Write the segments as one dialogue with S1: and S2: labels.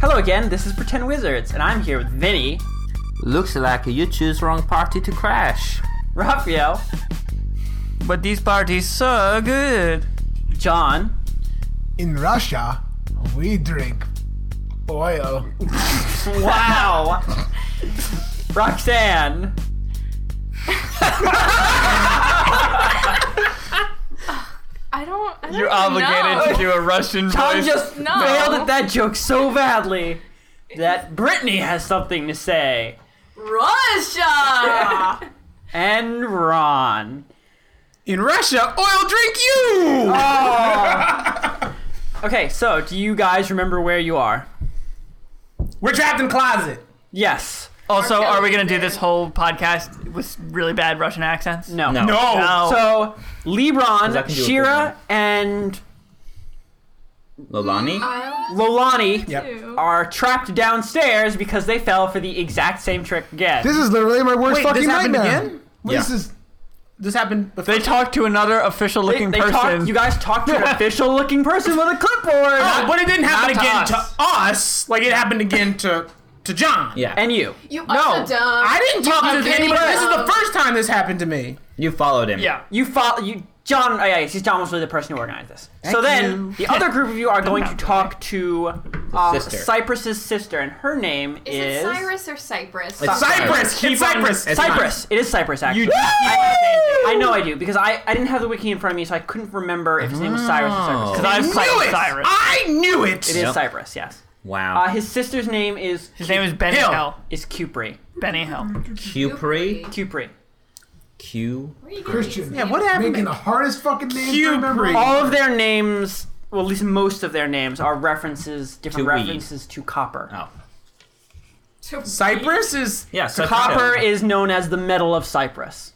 S1: Hello again, this is Pretend Wizards, and I'm here with Vinny,
S2: Looks like you choose wrong party to crash.
S1: Raphael,
S2: But these parties so good.
S1: John,
S3: In Russia, we drink oil.
S1: wow, Roxanne,
S4: I don't. I don't
S5: You're obligated
S4: know.
S5: to do a Russian
S1: Tom
S5: voice.
S1: just
S4: No.
S1: failed at that joke so badly that Brittany has something to say,
S4: Russia.
S1: and Ron.
S5: In Russia, oil drink you!
S1: Okay, so do you guys remember where you are?
S5: We're trapped in closet.
S1: Yes.
S6: Also,
S4: Mark
S6: are we
S4: Ellis
S6: gonna do
S4: did.
S6: this whole podcast with really bad Russian accents? Oh,
S1: No.
S2: No.
S5: No.
S6: No.
S1: Oh, So,
S2: I
S1: Lebron,
S2: can do it
S1: Shira, and
S2: Lolani?
S4: I
S1: Lolani
S3: Yep.
S4: do.
S1: are trapped downstairs because they fell for the exact same trick again.
S3: This is literally my worst
S5: Wait,
S3: fucking
S5: this happened
S3: nightmare.
S5: again?
S3: This is
S5: This happened before.
S6: They talk to another official-looking
S1: they, they
S6: person.
S1: Talk, you guys talked to an official-looking person with a clipboard,
S5: Oh, but it didn't happen
S6: Not to
S5: again
S6: us.
S5: to us. Like it happened again to to John.
S2: Yeah.
S1: and you.
S4: You
S5: No,
S4: are so dumb.
S5: I didn't talk
S4: You
S5: to
S4: did
S5: anybody. This is the
S4: dumb.
S5: first time this happened to me.
S2: you followed him.
S6: yeah.
S1: You follow you. John, oh, yeah, yeah, John was really the person who organized this. so then, the other group of you are going to talk to uh,
S2: Sister.
S1: Cypress's sister, and her name
S4: Is it Cyrus or Cyprus?
S2: It's-
S5: Cyprus,
S2: Cyprus.
S5: keep
S6: It's
S5: on-
S6: Cyprus.
S2: It's
S1: Cypress. It is Cypress, actually.
S6: You- you
S1: I, I know I do because I, I didn't have the wiki in front of me, so I couldn't remember if his name was Cyrus or Cyprus.
S2: Oh.
S1: 'Cause
S5: I
S6: I'm
S5: knew
S6: Cyrus.
S5: it.
S6: Cyrus.
S5: I knew it.
S1: It is
S2: Yep.
S1: Cypress, yes.
S2: Wow.
S1: Uh, his sister's name is
S6: His name is Benny
S5: Hill.
S6: Hill.
S1: is Cupri.
S6: Benny Hill.
S2: Cupri.
S1: Cupri.
S2: Q.
S3: Christian.
S5: Yeah, what happened?
S3: Making the hardest fucking name to remember.
S5: Cupid.
S1: All of their names, well, at least most of their names, are references, different
S2: To weed.
S1: references to copper.
S2: Oh.
S5: Cyprus is
S2: Yeah, Cypress
S1: Copper
S2: Hill.
S1: is known as the metal of Cyprus.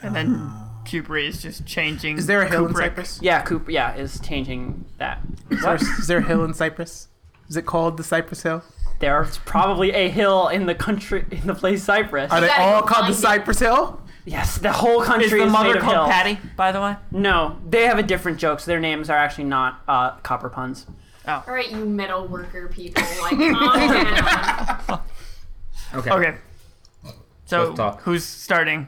S6: And then Cupri is just changing.
S5: Is there a hill in
S6: Kubrick.
S5: Cyprus?
S1: Yeah, Coop. Yeah, is changing that. What?
S5: Is there a hill in Cyprus? Is it called the Cypress Hill?
S1: There's probably a hill in the country in the place Cyprus.
S5: Are they
S4: gotta
S5: all
S4: go
S5: called the
S4: find it.
S5: Cypress Hill?
S1: yes, the whole country
S6: Is the
S1: made
S6: mother
S1: of Mm.
S6: called
S1: hills.
S6: Patty, by the way?
S1: No, they have a different joke, so their names are actually not uh, copper puns.
S4: All right, you metal worker people. Like, calm down.
S2: Okay.
S6: Okay. So
S2: Let's talk.
S6: who's starting?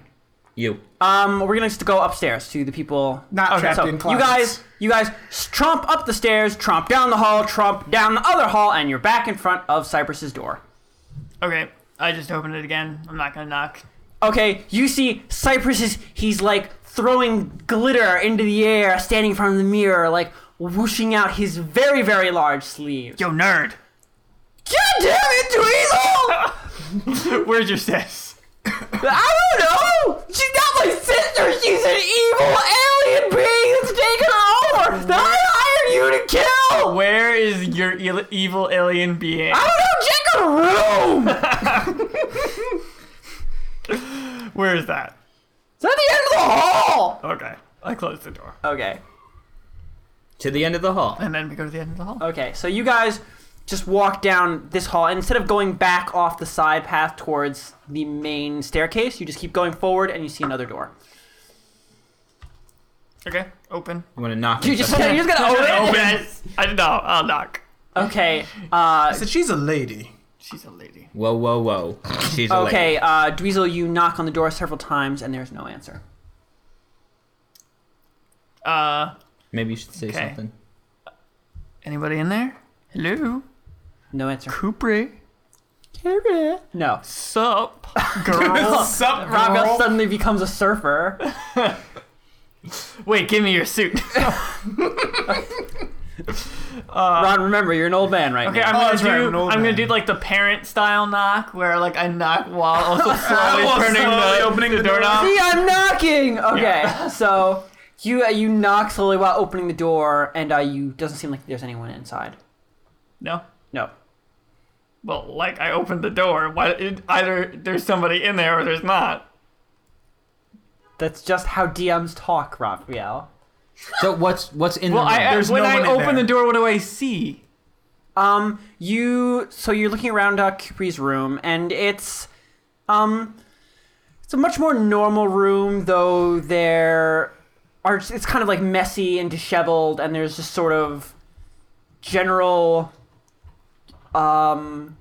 S2: You.
S1: Um, we're gonna just go upstairs to the people.
S5: Not trapped
S1: so
S5: in closets.
S1: You guys, you guys, tromp up the stairs, tromp down the hall, tromp down the other hall, and you're back in front of Cypress's door.
S6: Okay. I just opened it again. I'm not gonna knock.
S1: Okay, you see Cypress is he's like throwing glitter into the air, standing in front of the mirror, like whooshing out his very, very large sleeves.
S6: Yo, nerd.
S1: God damn it, Dweezil!
S6: Where's your sis?
S1: I don't know! She's not my sister, she's an evil alien being that's taken her over! That I hired you to kill!
S6: Where is your el- evil alien being?
S1: Ah! I don't know, check her room!
S6: Where is that?
S1: It's at the end of the hall!
S6: Okay. I close the door.
S1: Okay.
S2: To the end of the hall.
S6: And then we go to the end of the hall.
S1: Okay, so you guys just walk down this hall, and instead of going back off the side path towards the main staircase, you just keep going forward, and you see another door.
S6: Okay. Open.
S2: I'm gonna knock.
S1: You
S2: and
S1: just
S2: stuff.
S1: you're just gonna open. it?
S6: Yes. I don't know. I'll knock.
S1: Okay. Uh,
S5: So she's a lady.
S6: She's a lady.
S2: Whoa, whoa, whoa. She's a
S1: okay.
S2: lady.
S1: Uh, Dweezil, you knock on the door several times, and there's no answer.
S6: Uh,
S2: Maybe you should say
S6: Okay.
S2: something.
S6: anybody in there? Hello?
S1: No answer.
S6: Cooper?
S1: No.
S6: Sup? Girl?
S5: Sup,
S1: Raphael suddenly becomes a surfer.
S6: Wait, give me your suit.
S1: Ron, remember, you're an old man right
S6: Okay,
S1: now.
S6: I'm
S5: Oh,
S6: gonna
S5: that's right,
S6: do.
S5: I'm an old
S6: I'm
S5: man.
S6: gonna do like the parent style knock, where like I knock while also slowly
S5: While
S6: turning
S5: slowly
S6: the,
S5: opening the door.
S6: doorknob.
S1: See, I'm knocking. Okay, so you uh, you knock slowly while opening the door, and uh, you doesn't seem like there's anyone inside.
S6: No.
S1: No.
S6: Well, like I opened the door. Why? It, either there's somebody in there or there's not.
S1: That's just how DMs talk, Raphael.
S2: So what's what's in
S6: Well,
S2: the room?
S6: I,
S5: There's
S6: when
S5: no
S6: I
S5: one in
S6: open
S5: there.
S6: the door, what do I see?
S1: Um, you so you're looking around uh, Cuprie's room, and it's um, it's a much more normal room, though there are it's kind of like messy and disheveled, and there's just sort of general um,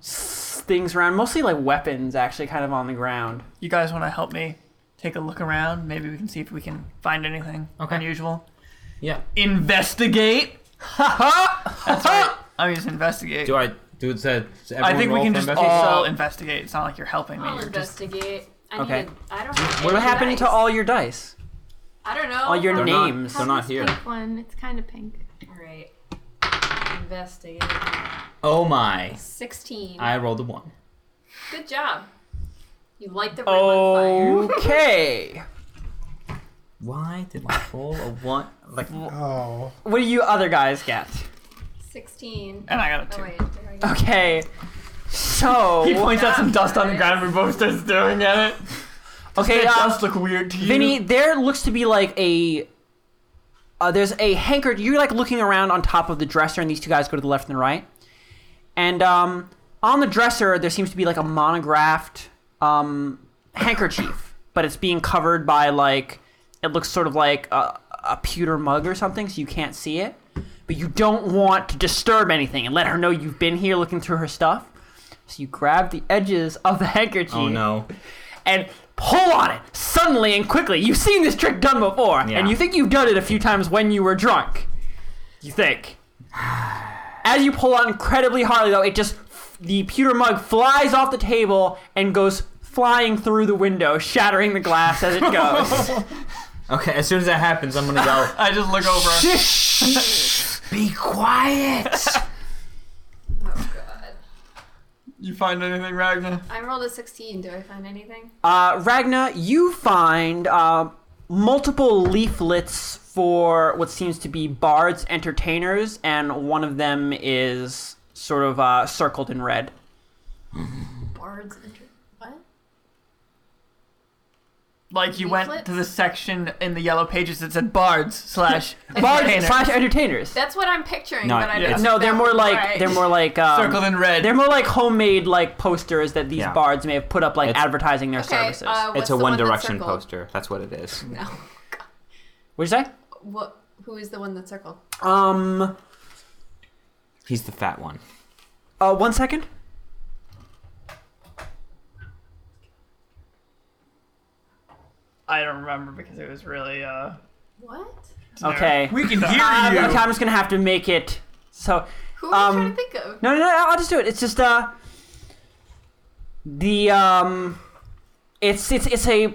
S1: s- things around, mostly like weapons, actually, kind of on the ground.
S6: You guys want to help me take a look around? Maybe we can see if we can find anything
S2: Okay.
S6: unusual.
S2: Yeah.
S6: Investigate. That's right. I'm just investigate.
S2: Do I? Do said.
S6: I think we can just
S1: investigation?
S6: all
S1: So-
S6: investigate. It's not like you're helping me.
S4: I'll
S6: You're just
S4: investigate. I
S1: Okay.
S4: need. A, I don't. Have
S1: What
S4: any
S1: happened to
S4: dice.
S1: all your dice?
S4: I don't know.
S1: All your
S4: How-
S2: They're not-
S1: names?
S2: they're not
S7: This
S2: here.
S7: Pink one. It's kind of pink.
S4: All right. Investigate.
S2: Oh my!
S4: Sixteen.
S2: I rolled a one.
S4: Good job. You light the room
S1: Oh.
S4: on fire.
S1: Okay.
S2: Why did I roll a one? Like
S5: Oh.
S1: What do you other guys get?
S4: Sixteen.
S6: and I got a two.
S4: Oh wait. there I go.
S1: Okay. So
S6: He points out some dust on the
S4: nice.
S6: ground. We both start staring at it.
S1: okay,
S6: It
S1: uh,
S6: does look weird to you.
S1: Vinny, there looks to be like a. Uh, there's a hanker. You're like looking around on top of the dresser, and these two guys go to the left and right. And um, on the dresser, there seems to be like a monographed um, handkerchief, but it's being covered by like it looks sort of like a, a pewter mug or something, so you can't see it. But you don't want to disturb anything and let her know you've been here looking through her stuff. So you grab the edges of the handkerchief
S2: oh no!
S1: and pull on it suddenly and quickly. You've seen this trick done before,
S2: Yeah.
S1: and you think you've done it a few times when you were drunk. You think. As you pull on incredibly hard, though, it just the pewter mug flies off the table and goes flying through the window, shattering the glass as it goes.
S2: Okay, as soon as that happens, I'm gonna go.
S4: Uh,
S6: I just look over.
S2: Be quiet.
S4: Oh god.
S6: You find anything, Ragnar?
S4: I rolled a sixteen. Do I find anything?
S1: uh, Ragna, you find uh, multiple leaflets for what seems to be bards, entertainers, and one of them is sort of uh, circled in red.
S4: Bards. Inter- what?
S6: Like you went
S4: Leaflets?
S6: to the section in the yellow pages that said bards slash
S1: Bards
S6: entertainers.
S1: slash entertainers.
S4: That's what I'm picturing,
S2: No,
S4: but I
S2: yeah.
S4: don't.
S1: No, they're more like
S4: Right.
S1: they're more like um,
S6: circled in red.
S1: They're more like homemade like posters that these
S2: Yeah.
S1: bards may have put up like
S2: It's-
S1: advertising their
S4: Okay,
S1: services.
S4: uh, what's
S2: it's a
S4: the
S2: One
S4: one that's
S2: Direction
S4: circled?
S2: poster. That's what it is.
S4: No.
S1: What'd you say?
S4: What? Who is the one that circled?
S1: Um
S2: He's the fat one.
S1: uh one second.
S6: I don't remember because it was really uh.
S4: What?
S1: Okay.
S5: We can
S1: Um,
S5: hear
S1: okay,
S5: you.
S1: I'm just gonna have to make it so
S4: Who am I trying
S1: Um,
S4: to think of?
S1: No, no, no, I'll just do it. It's just uh the um it's it's it's a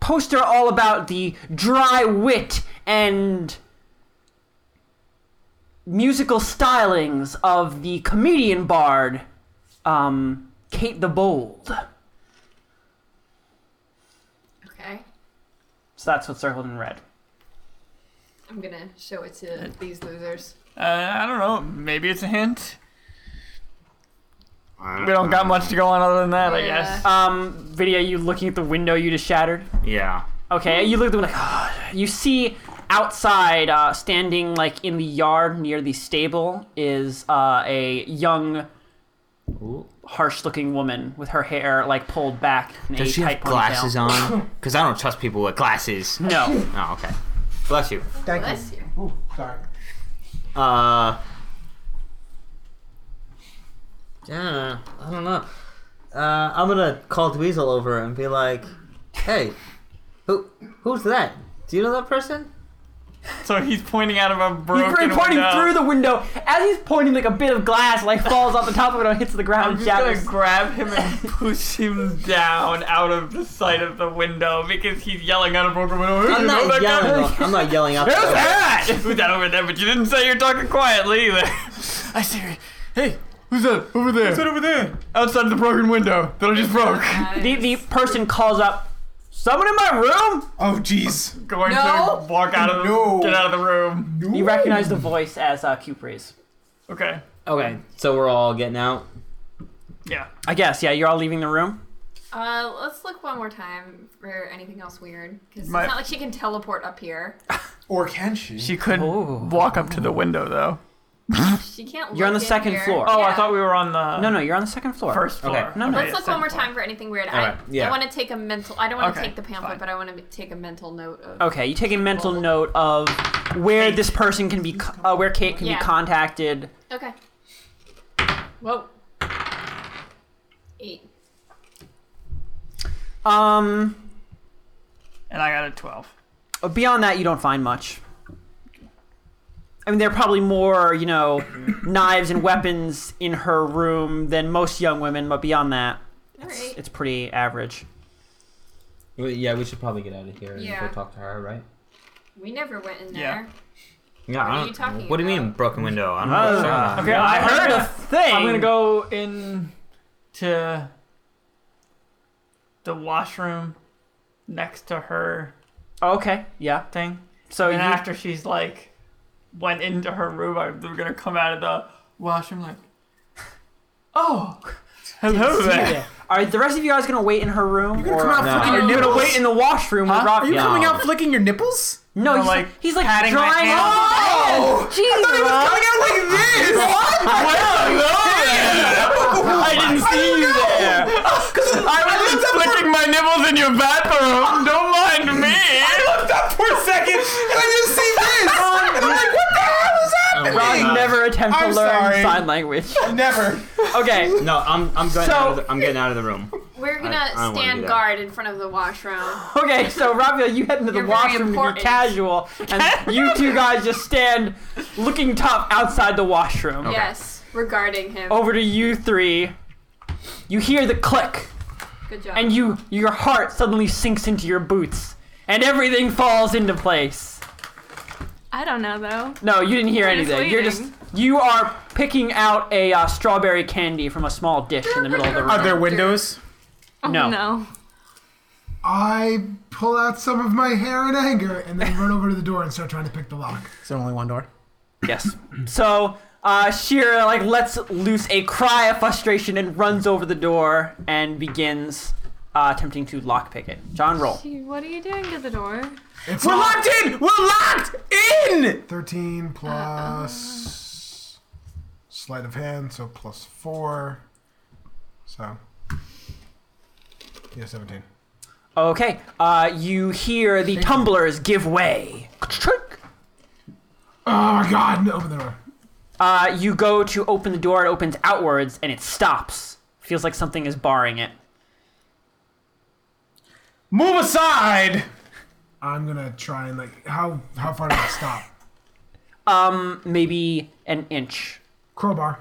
S1: poster all about the dry wit and musical stylings of the comedian bard um Kate the Bold.
S4: Okay.
S1: So that's what's circled in red.
S4: I'm gonna show it to these losers.
S6: Uh, I don't know. Maybe it's a hint. We don't got much to go on other than that, I
S4: Yeah.
S6: guess.
S1: Um video you looking at the window you just shattered?
S2: Yeah.
S1: Okay, you look at them like, "Ah." you see outside, uh, standing like in the yard near the stable, is uh, a young,
S2: Ooh.
S1: harsh-looking woman with her hair like pulled back. In a
S2: Does she
S1: tight
S2: have glasses
S1: ponytail.
S2: on? Because I don't trust people with glasses.
S1: No.
S2: Oh, okay. Bless you.
S5: Thank you.
S4: Bless you.
S5: Sorry.
S2: Uh. Yeah, I don't know. Uh, I'm gonna call Dweezil over and be like, "Hey, who who's that? Do you know that person?"
S6: so he's pointing out of a
S1: He's
S6: broken
S1: pointing
S6: window.
S1: through the window. As he's pointing, like a bit of glass like falls off the top of it and hits the ground
S6: I'm
S1: and
S6: just gonna
S1: shatters.
S6: grab him and push him down out of the side of the window because he's yelling out of broken window. "Hey,
S2: I'm
S6: you know
S2: not
S6: that guy?"
S2: yelling. I'm not yelling out.
S6: Who's that? Who's that over there? But you didn't say you're talking quietly either. I see. her. Hey, who's that over there? Who's that over there? Outside the broken window that I just broke.
S1: The, the person calls up, "Someone in my room!"
S5: Oh, jeez.
S6: Going
S4: No.
S6: to walk out of the
S5: No.
S6: get out of the room.
S1: You recognize the voice as uh, Cupre's.
S6: Okay.
S2: Okay, so we're all getting out.
S6: Yeah.
S1: I guess. Yeah, you're all leaving the room.
S4: Uh, let's look one more time for anything else weird, because
S6: My-
S4: it's not like she can teleport up here.
S5: Or can she?
S6: She could
S1: Oh.
S6: walk up to the window though.
S4: She can't.
S1: You're on
S4: look
S1: the
S4: in
S1: second
S4: here.
S1: floor.
S6: Oh, I
S4: Yeah.
S6: thought we were on the
S1: No, no, you're on the second floor.
S6: first floor.
S2: Okay.
S1: No, no.
S4: Let's look one more time for anything weird. I,
S2: Alright, yeah.
S4: I want to take a mental. I don't want to
S6: Okay,
S4: take the pamphlet,
S6: fine.
S4: but I want to take a mental note of.
S1: Okay, you take a mental note of where this person can be, uh, where Kate can
S4: Yeah.
S1: be contacted.
S4: Okay. Whoa. Eight.
S1: Um, uh,
S6: and I got a 12.
S1: beyond that, you don't find much. I mean, there are probably more, you know, knives and weapons in her room than most young women, but beyond that,
S4: All
S1: it's,
S4: right.
S1: it's pretty average.
S2: Well, yeah, we should probably get out of here and
S4: Yeah.
S2: go talk to her, right?
S4: We never went in
S6: Yeah.
S4: there.
S2: Yeah.
S4: What are you talking
S2: What do you
S4: about?
S2: mean broken window? I'm
S1: Uh,
S2: not sure.
S6: okay, I
S1: I heard
S6: heard
S1: a
S6: it.
S1: thing.
S6: I'm gonna go in to the washroom next to her
S1: Okay, yeah.
S6: thing.
S1: So
S6: and
S1: you,
S6: after she's like went into her room, I'm they're gonna come out of the washroom like, oh, hello there.
S1: are the rest of you guys gonna wait in her room? You're
S5: gonna come out
S2: No.
S5: flicking your
S1: You're
S5: nipples?
S1: gonna wait in the washroom with
S6: Huh?
S1: Rob.
S5: Are you
S1: Yeah.
S5: coming out flicking your nipples?
S1: No,
S6: No,
S1: he's like,
S6: like,
S1: he's like
S6: patting my
S1: drying
S6: hand.
S1: off. Jeez, Rob.
S5: Coming out like this?
S6: I didn't see you there. I was just flicking my nipples in your bathroom. Don't mind me. I looked up for a second.
S5: And I just see this. and I'm like, what the hell is happening?
S1: Rob,
S2: Yeah.
S1: never attempt to
S5: I'm
S1: learn
S5: sorry.
S1: sign language.
S5: Never.
S1: Okay,
S2: No, I'm I'm going
S1: So-
S2: out of the, I'm getting out of the room.
S4: We're gonna
S2: I don't wanna do
S4: stand
S2: that.
S4: guard in front of the washroom.
S1: okay. So Robbie, you head into the
S4: You're very
S1: washroom. You're
S4: important.
S1: casual, and you two guys just stand looking tough outside the washroom.
S4: Yes, regarding him.
S7: Oh,
S1: Over to you three. You hear the click.
S4: Good job.
S1: and you your heart suddenly sinks into your boots and everything falls into place
S7: I don't know though.
S1: no you didn't hear
S7: I'm just
S1: anything you're just
S7: waiting.
S1: you are picking out a uh, strawberry candy from a small dish in the middle of the room
S5: Are there windows?
S7: Oh,
S1: No.
S7: No.
S3: I pull out some of my hair in anger and then run over to the door and start trying to pick the lock.
S5: Is there only one door?
S1: yes so uh, Shira like lets loose a cry of frustration and runs over the door and begins uh, attempting to lockpick it. John, roll.
S7: Gee, What are you doing to the door?
S3: It's
S5: We're
S3: locked.
S5: locked in. We're locked in.
S3: 13 plus sleight of hand, so plus 4. So. Yeah, 17.
S1: Okay. Uh, you hear the tumblers give way.
S3: Oh my god, open the door.
S1: Uh, you go to open the door, it opens outwards, and it stops. Feels like something is barring it.
S5: Move aside.
S3: I'm gonna try and, like, how how far did I stop?
S1: Um, maybe an inch.
S3: Crowbar.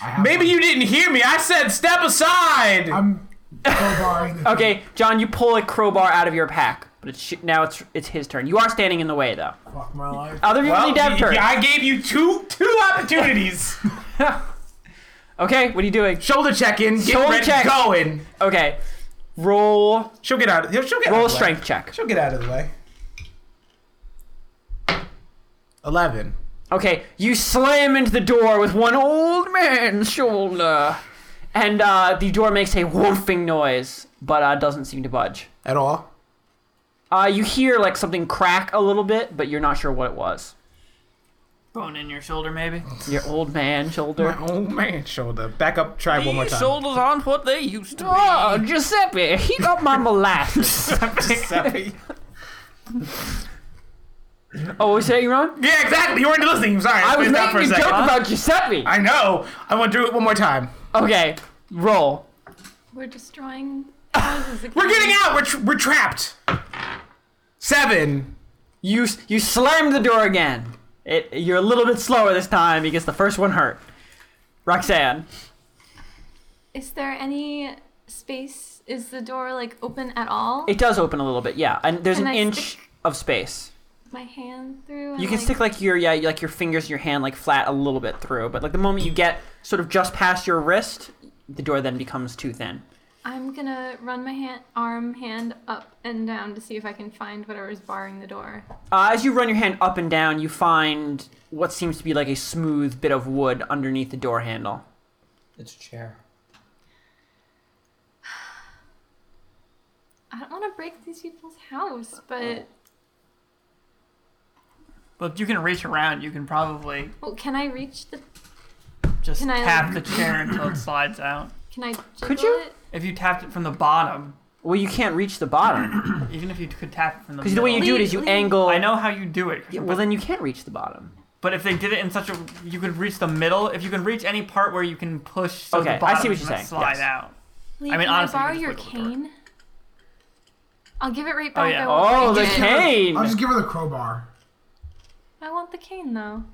S3: I have
S5: Maybe
S3: one.
S5: you didn't hear me. I said step aside.
S3: I'm crowbarring the
S1: Okay, John, you pull a crowbar out of your pack, but it's sh- now it's it's his turn. You are standing in the way, though.
S3: Fuck my life.
S1: Other people
S5: Well,
S1: need to have
S5: y-
S1: turns.
S5: I gave you two two opportunities.
S1: Okay, what are you doing?
S5: Shoulder check in. Get
S1: Shoulder
S5: Brett
S1: check.
S5: going.
S1: Okay, roll
S5: She'll get out. Of, she'll get out
S1: roll
S5: of the way.
S1: strength check.
S5: She'll get out of the way. Eleven.
S1: Okay, you slam into the door with one old man's shoulder, and uh, the door makes a whooping noise, but uh, doesn't seem to budge.
S5: At all?
S1: Uh, you hear like something crack a little bit, but you're not sure what it was.
S6: Bone in your shoulder, maybe.
S1: Your old man shoulder.
S5: Oh man, shoulder. Back up. Try one more time.
S6: shoulders aren't what they used to
S1: Oh, Giuseppe, he got my molasses.
S5: Giuseppe.
S1: oh, was that you wrong?
S5: yeah, exactly. You weren't listening. I'm sorry.
S1: I was
S5: spaced out for
S1: making a joke
S5: second.
S1: about Giuseppe.
S5: I know. I want to do it one more time.
S1: Okay, roll.
S7: We're destroying houses again.
S5: We're getting out. We're, tr we're trapped. Seven.
S1: You s- you slammed the door again. It you're a little bit slower this time because the first one hurt. Roxanne.
S7: Is there any space? Is the door like open at all?
S1: It does open a little bit, yeah. And there's
S7: Can
S1: an
S7: I
S1: inch
S7: stick-
S1: of space.
S7: My hand through. and,
S1: You can
S7: like-
S1: stick like your yeah, like your fingers, your hand like flat a little bit through, but like the moment you get sort of just past your wrist, the door then becomes too thin.
S7: I'm gonna run my hand, arm, hand up and down to see if I can find whatever's barring the door.
S1: Uh, as you run your hand up and down, you find what seems to be like a smooth bit of wood underneath the door handle.
S2: It's a chair.
S7: I don't want to break these people's house, but
S6: But you can reach around. You can probably
S7: well, oh, can I reach the?
S6: just
S7: Can I-
S6: tap the chair until it slides out.
S7: Can I?
S1: Could
S7: jiggle
S1: you?
S7: It?
S6: If you tapped it from the bottom,
S1: Well, you can't reach the bottom
S6: even if you could tap it from the
S1: because
S6: middle,
S1: the way you do it is you
S7: Leave, leave.
S1: angle.
S6: I know how you do it.
S1: Yeah, well, then you can't reach the bottom.
S6: But if they did it in such a, you could reach the middle. If you can reach any part where you can push, so
S1: Okay, I
S6: the bottom
S1: see what
S6: can
S1: you're saying,
S6: Slide
S1: yes.
S6: out.
S7: Lee,
S6: mean,
S7: can
S6: honestly,
S7: I borrow
S6: we
S7: your
S6: just wiggle it
S7: cane? I'll give it right
S6: Oh,
S7: back.
S6: yeah.
S7: I, want
S1: Oh, the
S7: the cane.
S1: cane.
S3: I'll just give her the crowbar.
S7: I want the cane though.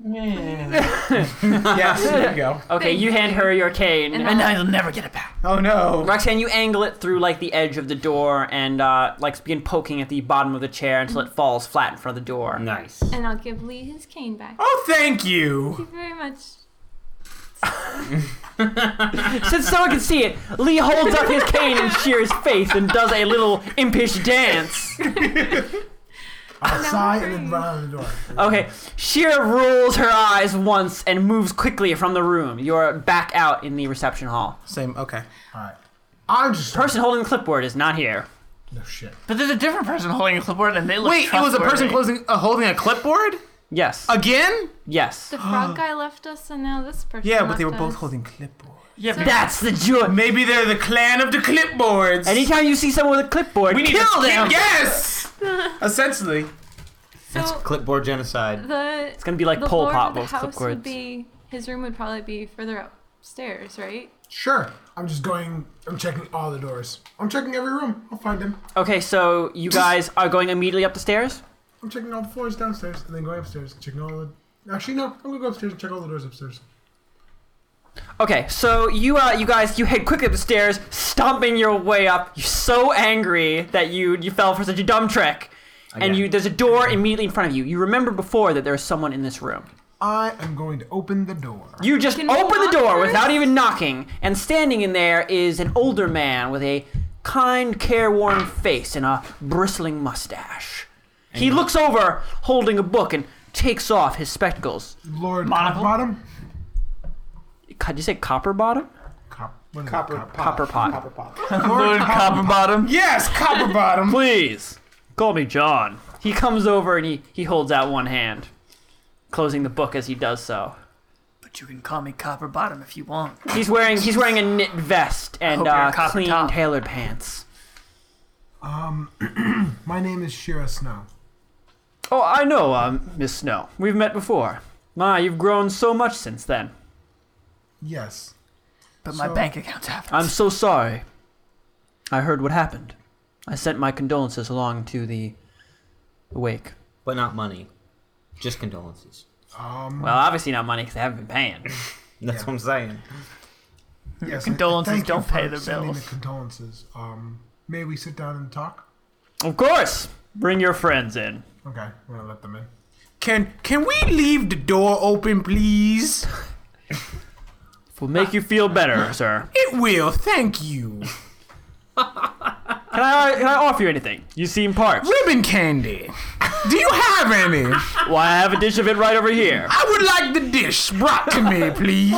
S5: Yes, there you go.
S1: Okay,
S7: Thank
S1: you hand her your cane.
S7: And
S6: And I'll never get it back.
S5: Oh no.
S1: Roxanne, you angle it through like the edge of the door and uh, like begin poking at the bottom of the chair until it falls flat in front of the door.
S2: Nice.
S7: And I'll give Lee his cane back.
S5: Oh, thank you.
S7: Thank you very much.
S5: Mm.
S1: Since someone can see it, Lee holds up his cane in Shear's face and does a little impish dance.
S3: I'll
S7: No
S3: sigh and then
S7: worries.
S3: run out of the door.
S1: Okay, Shear rolls her eyes once and moves quickly from the room. You're back out in the reception hall.
S5: Same. Okay.
S3: All right. I'm just.
S1: Person holding the clipboard is not here.
S3: no shit.
S6: But there's a different person holding a clipboard, and they look.
S5: Wait, it was a person
S6: trustworthy.
S5: closing, uh, holding a clipboard
S1: Yes.
S5: Uh, again?
S1: yes.
S7: The frog guy left us, and now this person.
S5: Yeah, but they were
S7: left
S5: both
S7: us.
S5: holding clipboard.
S6: Yeah, but
S1: That's the joy.
S5: Maybe they're the clan of the clipboards.
S1: Anytime you see someone with a clipboard,
S5: we need
S1: kill
S5: to
S1: them.
S5: Yes. Essentially.
S2: That's
S7: So
S2: clipboard genocide.
S7: the
S1: It's gonna be like
S7: the
S1: pole
S7: lord
S1: pop
S7: of the
S1: with
S7: house would
S1: clipboards.
S7: be his room would probably be further upstairs, right?
S3: Sure. I'm just going. I'm checking all the doors. I'm checking every room. I'll find him.
S1: Okay, so you guys are going immediately up the stairs.
S3: I'm checking all the floors downstairs and then going upstairs and checking all the. Actually, no. I'm gonna go upstairs and check all the doors upstairs.
S1: Okay, so you uh, you guys you head quickly up the stairs, stomping your way up. You're so angry that you you fell for such a dumb trick,
S2: Again.
S1: and you there's a door immediately in front of you. You remember before that there was someone in this room.
S3: I am going to open the door.
S1: You just
S7: Can we
S1: open the
S7: knock
S1: door
S7: first?
S1: without even knocking, and standing in there is an older man with a kind, careworn face and a bristling mustache. He looks over, holding a book, and takes off his spectacles.
S3: Lord
S6: Monocle?
S3: Bottom.
S1: God, did you say copper bottom?
S3: Cop, what is it?
S5: Copper
S3: Cop-
S5: pot.
S1: Copper pot.
S5: Copper pot.
S6: Lord Copperbottom.
S5: Yes, copper bottom.
S1: Please, call me John. He comes over and he, he holds out one hand, closing the book as he does so.
S6: But you can call me Copperbottom if you want.
S1: He's wearing he's wearing a knit vest and
S6: hope you're a
S1: uh,
S6: copper
S1: clean
S6: top.
S1: tailored pants.
S3: My name is Shira Snow.
S1: Oh, I know, um, Miss Snow. We've met before. My, you've grown so much since then.
S3: Yes.
S6: But my
S3: So-
S6: bank account's half.
S1: I'm so sorry. I heard what happened. I sent my condolences along to the the wake.
S2: But not money. Just condolences.
S3: Um.
S1: Well, obviously not money because they haven't been paying.
S2: That's
S3: Yeah.
S2: what I'm saying.
S3: yes,
S6: condolences
S3: I- thank you
S6: don't
S3: for
S6: pay the
S3: sending
S6: bills.
S3: The condolences. Um. May we sit down and talk?
S1: of course. Bring your friends in.
S3: Okay. I'm gonna let them in.
S5: Can can we leave the door open, please?
S1: It will make you feel better, sir.
S5: It will. Thank you.
S1: Can I can I offer you anything? You seem parched.
S5: Ribbon candy. Do you have any?
S1: Why I have a dish of it right over here.
S5: I would like the dish brought to me, please.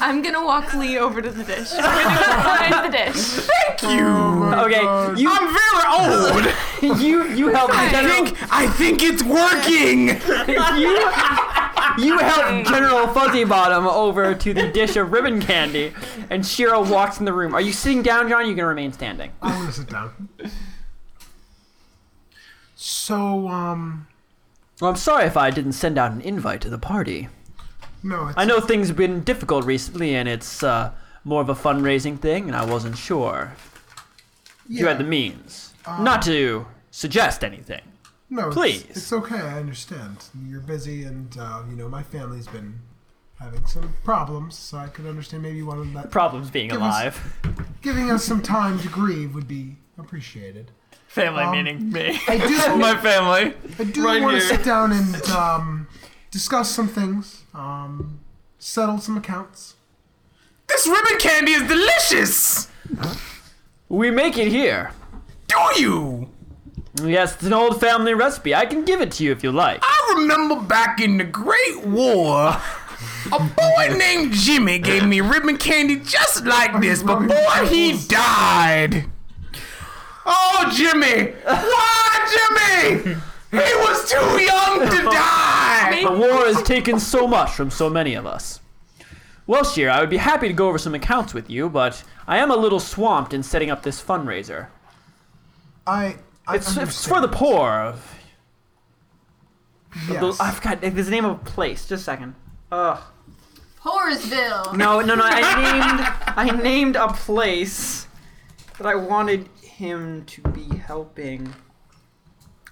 S7: I'm gonna walk Lee over to the dish. We're gonna find the dish.
S5: Thank you.
S1: Okay, you
S5: I'm very old.
S1: you you help
S5: I
S1: General
S5: think I think it's working.
S1: you you help General Fuzzybottom over to the dish of ribbon candy, and Shiro walks in the room. Are you sitting down, John? Or you gonna remain standing?
S3: I want to sit down. So, um,
S1: Well, I'm sorry if I didn't send out an invite to the party.
S3: no, it's,
S1: I know things have been difficult recently, and it's uh, more of a fundraising thing, and I wasn't sure if you had the means.
S5: Uh.
S1: Not to suggest anything.
S3: no, it's-
S1: please.
S3: It's, okay. I understand. You're busy, and uh, you know my family's been having some problems, so I could understand maybe you wanted that.
S1: Problems being
S3: Give us-
S1: alive.
S3: giving us some time to grieve would be appreciated.
S6: Family
S3: Um,
S6: meaning me.
S3: I do,
S6: my family.
S3: I do
S6: right
S3: want to
S6: here.
S3: sit down and um, discuss some things, um, settle some accounts.
S5: This ribbon candy is delicious.
S1: We make it here.
S5: Do you?
S1: Yes, it's an old family recipe. I can give it to you if you like.
S5: I remember back in the Great War, a boy named Jimmy gave me ribbon candy just like this before he died. Oh, Jimmy! Why, Jimmy? He was too young to die!
S1: The war has taken so much from so many of us. Well, Sheer, I would be happy to go over some accounts with you, but I am a little swamped in setting up this fundraiser.
S3: I, I
S1: It's, it's
S3: understand.
S1: for the poor.
S3: Yes.
S1: Oh, I've got there's the name of a place. Just a second. Ugh.
S4: Horseville.
S1: No, no, no. I named I named a place that I wanted him to be helping.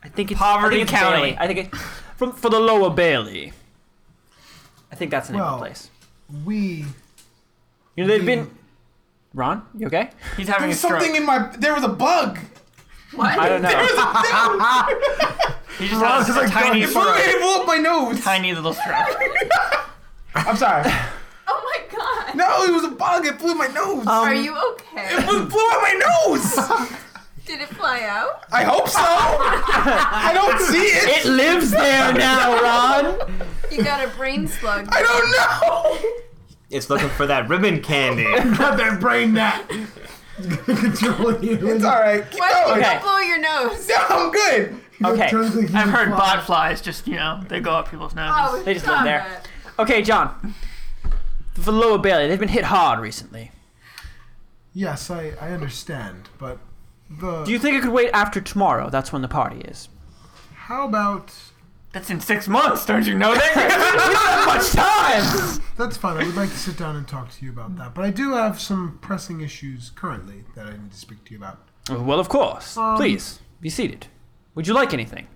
S1: I think it's I think
S6: Poverty
S1: it's
S6: County.
S1: Bailey. I think it from for the Lower Bailey. I think that's the name
S3: Well,
S1: of the place.
S3: We.
S1: You know they've
S3: we-
S1: been. Ron, you okay?
S6: He's having
S5: There's
S6: a stroke.
S5: something in my. There was a bug.
S4: What?
S1: I don't know.
S6: He just has a tiny,
S5: It blew,
S6: stroke.
S5: it blew up my nose.
S6: tiny little stroke.
S5: I'm sorry.
S4: Oh my god.
S5: No, it was a bug. It blew my nose.
S4: Are
S3: Um,
S4: you okay?
S5: it blew blew out my nose.
S4: Did it fly out?
S5: I hope so. I don't see it.
S1: It lives there now, Ron.
S4: You got a brain slug.
S5: I don't know.
S2: It's looking for that ribbon candy.
S3: Got that brain net. Controlling you.
S5: It's all right. Keep
S4: Why
S5: going.
S4: did
S1: Okay.
S4: you blow your nose?
S5: No, I'm good.
S1: Okay.
S3: Turns like he's
S4: Um,
S6: I've
S3: a
S6: heard
S3: fly.
S6: bot flies just, you know, they go up people's noses.
S4: Oh,
S1: They just live
S4: stop
S1: there. Okay, John. The Lower Bailey, they've been hit hard recently.
S3: Yes, I, I understand, but the.
S1: Do you think it could wait after tomorrow? That's when the party is.
S3: How about?
S6: That's in six months, don't you know that?
S1: Much time.
S3: That's fine. I would like to sit down and talk to you about that, but I do have some pressing issues currently that I need to speak to you about.
S1: Well, of course. Please be seated. Would you like anything?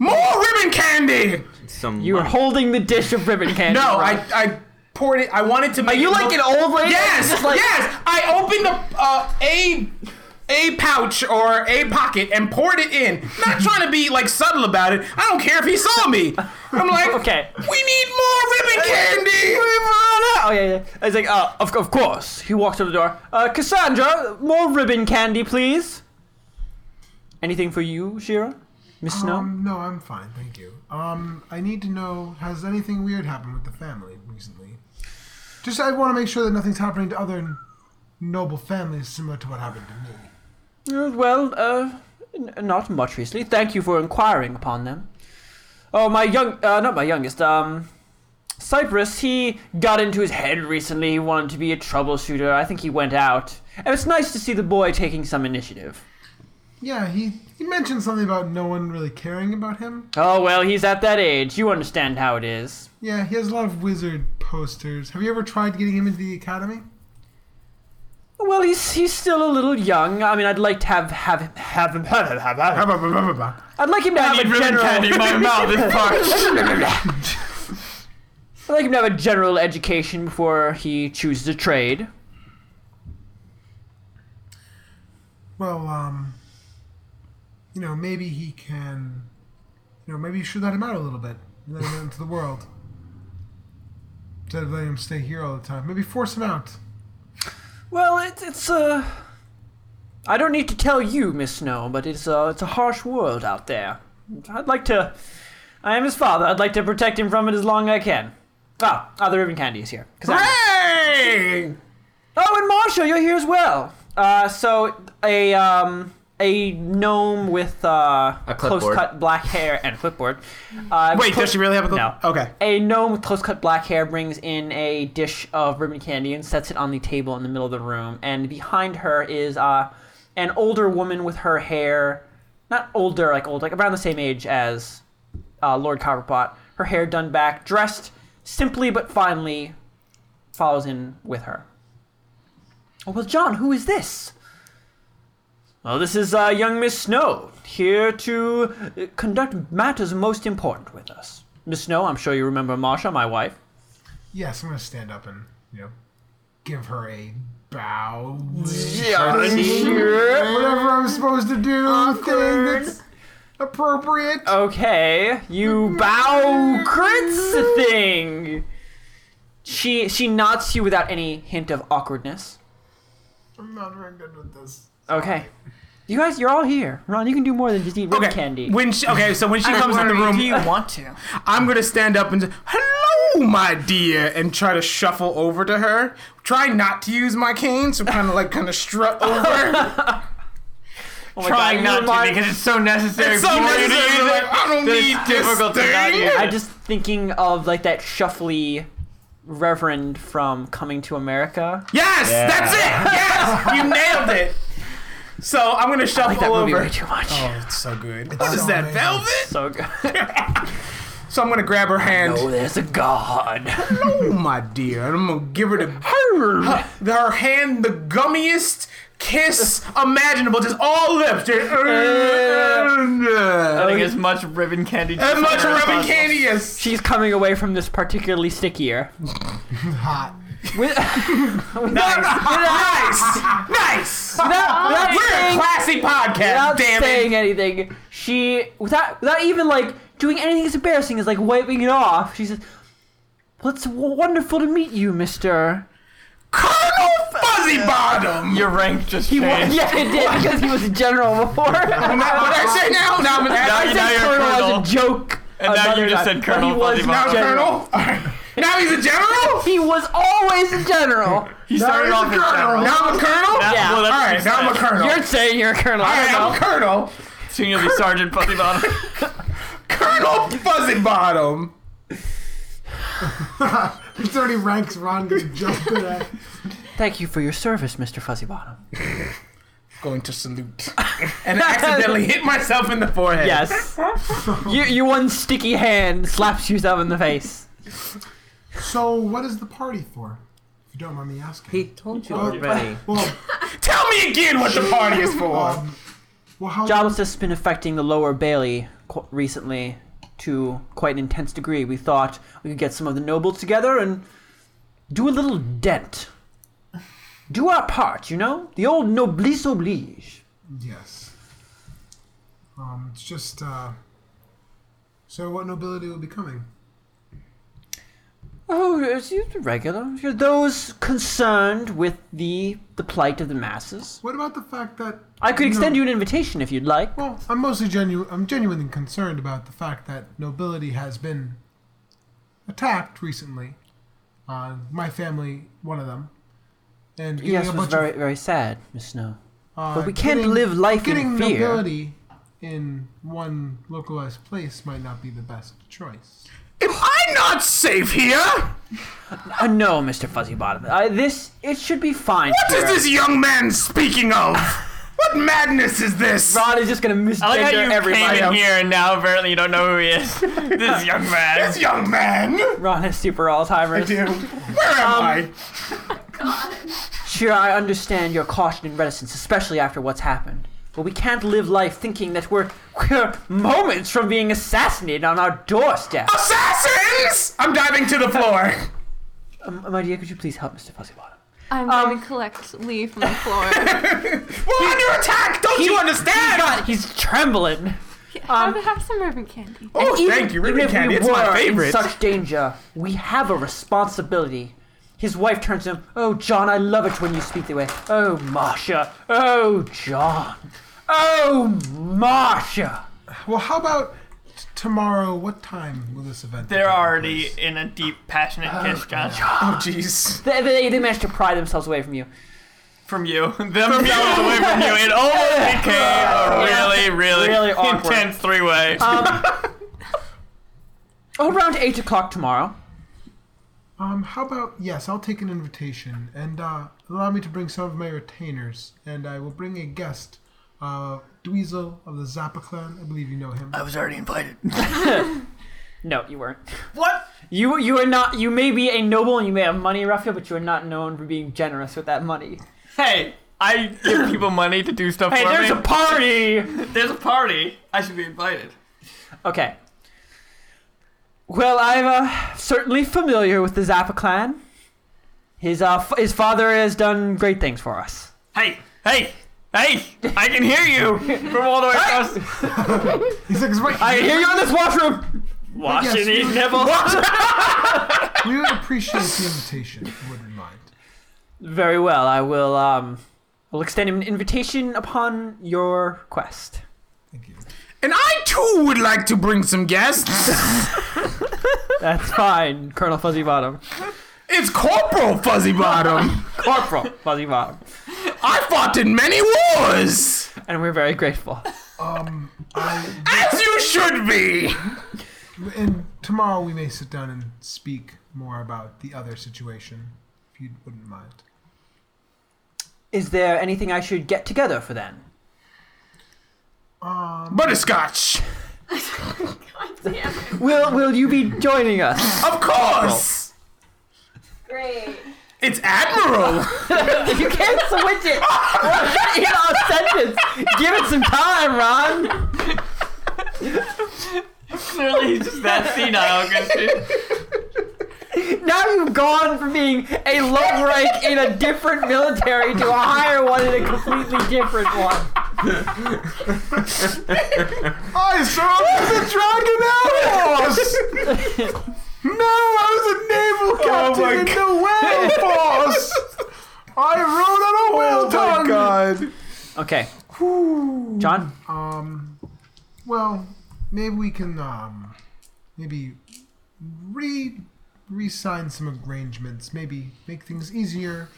S5: More ribbon candy.
S2: Some
S1: You are holding the dish of ribbon candy.
S5: No,
S1: Ron.
S5: I I poured it. I wanted to.
S1: Are
S5: Make
S1: you
S5: it
S1: like
S5: look-
S1: an old lady?
S5: Yes,
S1: Just like-
S5: yes. I opened a uh, a a pouch or a pocket and poured it in. Not trying to be like subtle about it. I don't care if he saw me. I'm like,
S1: Okay.
S5: we need more ribbon candy.
S1: Oh yeah, yeah. I was like, oh, of, of course. He walks to the door. Uh, Cassandra, more ribbon candy, please. Anything for you, Shira? Miss Snow?
S3: Um, no, I'm fine, thank you. Um, I need to know: has anything weird happened with the family recently? Just, I want to make sure that nothing's happening to other n- noble families similar to what happened to me.
S1: Uh, Well, uh, n- not much recently. Thank you for inquiring upon them. Oh, my young, uh, not my youngest, um, Cyprus, he got into his head recently. He wanted to be a troubleshooter. I think he went out. And it's nice to see the boy taking some initiative.
S3: Yeah, he he mentioned something about no one really caring about him.
S1: Oh, well, he's at that age. You understand how it is.
S3: Yeah, he has a lot of wizard posters. Have you ever tried getting him into the academy?
S1: Well, he's, he's still a little young. I mean, I'd like to have, have him, have him, have him, have him. I'd like him to have
S6: I
S1: a
S6: need ribbon
S1: general...
S6: candy in my mouth. It's parched.
S1: I'd like him to have a general education before he chooses a trade.
S3: Well, um, you know, maybe he can, you know, maybe you should let him out a little bit, let him out into the world. Instead of letting him stay here all the time, maybe force him out.
S1: Well, it's it's uh I don't need to tell you, Miss Snow, but it's uh it's a harsh world out there. I'd like to I am his father. I'd like to protect him from it as long as I can. Ah, ah, the ribbon candy is here. Cassandra.
S5: Hey!
S1: Oh, and Marshall, you're here as well. Uh, so a um a gnome with uh
S2: A clipboard.
S1: close cut black hair and a clipboard. Uh,
S5: Wait,
S1: close-
S5: does she really have a
S1: No.
S5: Okay.
S1: A gnome with close cut black hair brings in a dish of ribbon candy and sets it on the table in the middle of the room. And behind her is uh, an older woman with her hair, not older, like old, like around the same age as uh, Lord Copperpot. Her hair done back, dressed simply but finely, follows in with her. Oh, well, John, who is this? Well, this is uh, young Miss Snow, here to uh, conduct matters most important with us. Miss Snow, I'm sure you remember Marsha, my wife.
S3: Yes, I'm gonna stand up and you know, give her a bow, whatever I'm supposed to do, thing that's appropriate.
S1: Okay, you bow crits the thing. She she nods to you without any hint of awkwardness.
S3: I'm not very good with this.
S1: Okay. You guys, you're all here. Ron, you can do more than just eat ribbon
S5: Okay.
S1: candy.
S5: When she, okay, so when she comes in the room,
S6: Do you want to?
S5: I'm gonna stand up and say, "Hello, my dear," and try to shuffle over to her. Try not to use my cane, so kind of like kind of strut over.
S1: Oh my
S6: Trying
S1: God,
S6: not
S1: you remind-
S6: to because it's so necessary
S5: it's so
S6: for you to
S5: necessary.
S6: use
S5: Like,
S6: it.
S5: I don't
S6: That it's
S5: need this
S6: difficult to not
S5: thing.
S6: use it.
S1: I'm just thinking of like that shuffly reverend from Coming to America.
S5: Yes, that's it. Yes, you nailed it. So I'm gonna shuffle
S1: I like that movie
S5: over.
S1: way too much.
S5: Oh, it's so good. What is
S3: so
S5: that
S3: amazing.
S5: velvet?
S1: So good.
S5: So I'm gonna grab her hand.
S1: Oh, there's a god.
S5: Oh my dear, and I'm gonna give her the her, her hand the gummiest kiss imaginable, just all lips. Just, uh,
S6: I
S5: as
S6: think as much ribbon candy.
S5: much
S6: as
S5: rubbing
S6: possible.
S5: candy as
S1: She's coming away from this particularly stickier.
S3: Hot.
S1: With,
S5: nice, nice.
S1: without, without
S5: We're a
S1: saying-
S5: classy podcast,
S1: without
S5: damn
S1: saying
S5: it.
S1: anything, she without without even like doing anything as embarrassing as like wiping it off. She says, "Well, it's w- wonderful to meet you, Mister."
S5: Colonel Fuzzy Bottom.
S6: Your rank just
S1: He was,
S6: changed.
S1: yeah, it did because he was a general before.
S5: Not what I say now. Now I'm an
S6: Now
S1: I
S6: you-
S1: said
S6: now you're a
S1: colonel
S6: colonel.
S1: as a joke.
S6: And now you
S1: another
S6: just
S1: time,
S6: said
S1: but
S6: colonel
S1: He was
S6: Fuzzy Bottom.
S1: now general.
S5: Colonel. Now he's a general.
S1: He was always a general.
S6: He started
S5: Now
S6: off
S5: he's
S6: as
S5: a colonel.
S6: general.
S5: Now I'm a colonel.
S6: Now-
S1: Yeah.
S6: well,
S5: All
S6: that's what
S5: right,
S6: he
S5: now I'm a
S6: said.
S5: colonel.
S1: You're saying you're a colonel.
S5: All right, I'm a colonel.
S6: Soon you'll be Sergeant Fuzzy Bottom.
S5: Colonel Fuzzy Bottom.
S3: There's 30 ranks Ron gonna jump in at.
S1: Thank you for your service, Mister Fuzzybottom.
S5: Going to salute. And I accidentally hit myself in the forehead.
S1: Yes. you, you one sticky hand slaps yourself in the face.
S3: So, what is the party for? If you don't mind me asking.
S2: He told you
S5: Oh,
S3: Well,
S2: already.
S3: Well,
S5: Tell me again what the party is for.
S3: um, well, how
S1: Jobs has been affecting the lower Bailey qu- recently to quite an intense degree. We thought we could get some of the nobles together and do a little dent. Do our part, you know? The old noblesse oblige.
S3: Yes. Um, it's just, uh. So, what nobility will be coming?
S1: Oh, it's it's regular. Those concerned with the the plight of the masses.
S3: What about the fact that.
S1: I could extend
S3: No.
S1: you an invitation if you'd like.
S3: Well, I'm mostly genuine. I'm genuinely concerned about the fact that nobility has been attacked recently. Uh, my family, one of them. And getting
S1: yes,
S3: a
S1: it was
S3: bunch of-
S1: very very sad, Miss Snow.
S3: Uh,
S1: But we can't live life in
S3: getting
S1: fear.
S3: nobility in one localized place might not be the best choice.
S5: Am I not safe here? What
S1: Uh, no, Mr. Fuzzybottom. I, this it should be fine.
S5: is
S1: here.
S5: this young man speaking of? What madness is this?
S1: Ron is just gonna misgender
S6: I like how you
S1: everybody.
S6: came in
S1: else.
S6: here and now apparently you don't know who he is. this young man.
S5: This young man.
S1: Ron has super Alzheimer's.
S5: Dude,
S6: Um,
S5: where am I?
S1: Sure, I understand your caution and reticence, especially after what's happened. But we can't live life thinking that we're, we're moments from being assassinated on our doorstep.
S5: Assassins! I'm diving to the floor.
S1: Um, my dear, could you please help Mr. Fuzzybottom?
S7: I'm going to collect Lee from the floor.
S5: We're under attack. Don't you understand?
S1: God, he's trembling. Um,
S7: Have, have some ribbon candy.
S5: oh,
S1: And even-
S5: thank you,
S1: even
S5: Ribbon
S1: if
S5: Candy.
S1: We
S5: It's my
S1: were
S5: favorite.
S1: In such danger, we have a responsibility. His wife turns to him. Oh, John, I love it when you speak that way. Oh, Marcia. Oh, John. Oh, Marcia.
S3: Well, how about t- tomorrow? What time will this event?
S6: They're
S3: take
S6: already
S3: place? Um,
S6: in a deep, passionate kiss, Josh.
S5: Oh, jeez.
S1: They, they, they managed to pry themselves away from you.
S6: From you. Themselves away from you. It almost became a really, really,
S1: Really awkward.
S6: intense three way.
S5: Uh,
S1: Oh, around eight o'clock tomorrow.
S3: Um, how about yes? I'll take an invitation and uh, allow me to bring some of my retainers, and I will bring a guest, uh, Dweezil of the Zappa clan. I believe you know him.
S6: I was already invited.
S1: No, you weren't.
S6: What?
S1: You you are not. You may be a noble and you may have money, Raphael, but you are not known for being generous with that money.
S6: Hey, I give people money to do stuff
S1: Hey,
S6: for
S1: there's
S6: me.
S1: a party.
S6: there's a party. I should be invited.
S1: Okay. Well, I'm uh, certainly familiar with the Zappa clan. His, uh, f- his father has done great things for us.
S6: Hey, hey, hey! I can hear you from all the way across.
S3: He's like, right.
S1: I hear you in this washroom!
S6: Washing
S3: Yes,
S6: these
S3: we-
S6: nipples.
S3: we would appreciate the invitation. if you Wouldn't mind.
S1: Very well, I will, um, will extend him an invitation upon your quest.
S3: Thank you.
S5: And I too would like to bring some guests.
S1: That's fine, Colonel Fuzzy Bottom.
S5: it's Corporal Fuzzy Bottom.
S1: Corporal Fuzzy Bottom.
S5: I fought in many wars,
S1: And we're very grateful.
S3: Um, I,
S5: as you should be.
S3: and tomorrow we may sit down and speak more about the other situation, if you wouldn't mind.
S1: Is there anything I should get together for then?
S3: Um,
S5: Butterscotch.
S4: God damn it.
S1: Will Will you be joining us?
S5: Of course!
S4: Great.
S5: It's Admiral!
S1: you can't switch it. in a sentence. Give it some time, Ron.
S6: Clearly, he's just that senile. 'cause he-
S1: Now you've gone from being a low rank in a different military to a higher one in a completely different one.
S3: I saw the dragon outlaws. no, I was a naval captain
S5: Oh my
S3: in the whale force. I rode on a whale tongue.
S5: Oh God.
S1: Okay. John.
S3: Um, well, maybe we can um, maybe re re-sign some arrangements. Maybe make things easier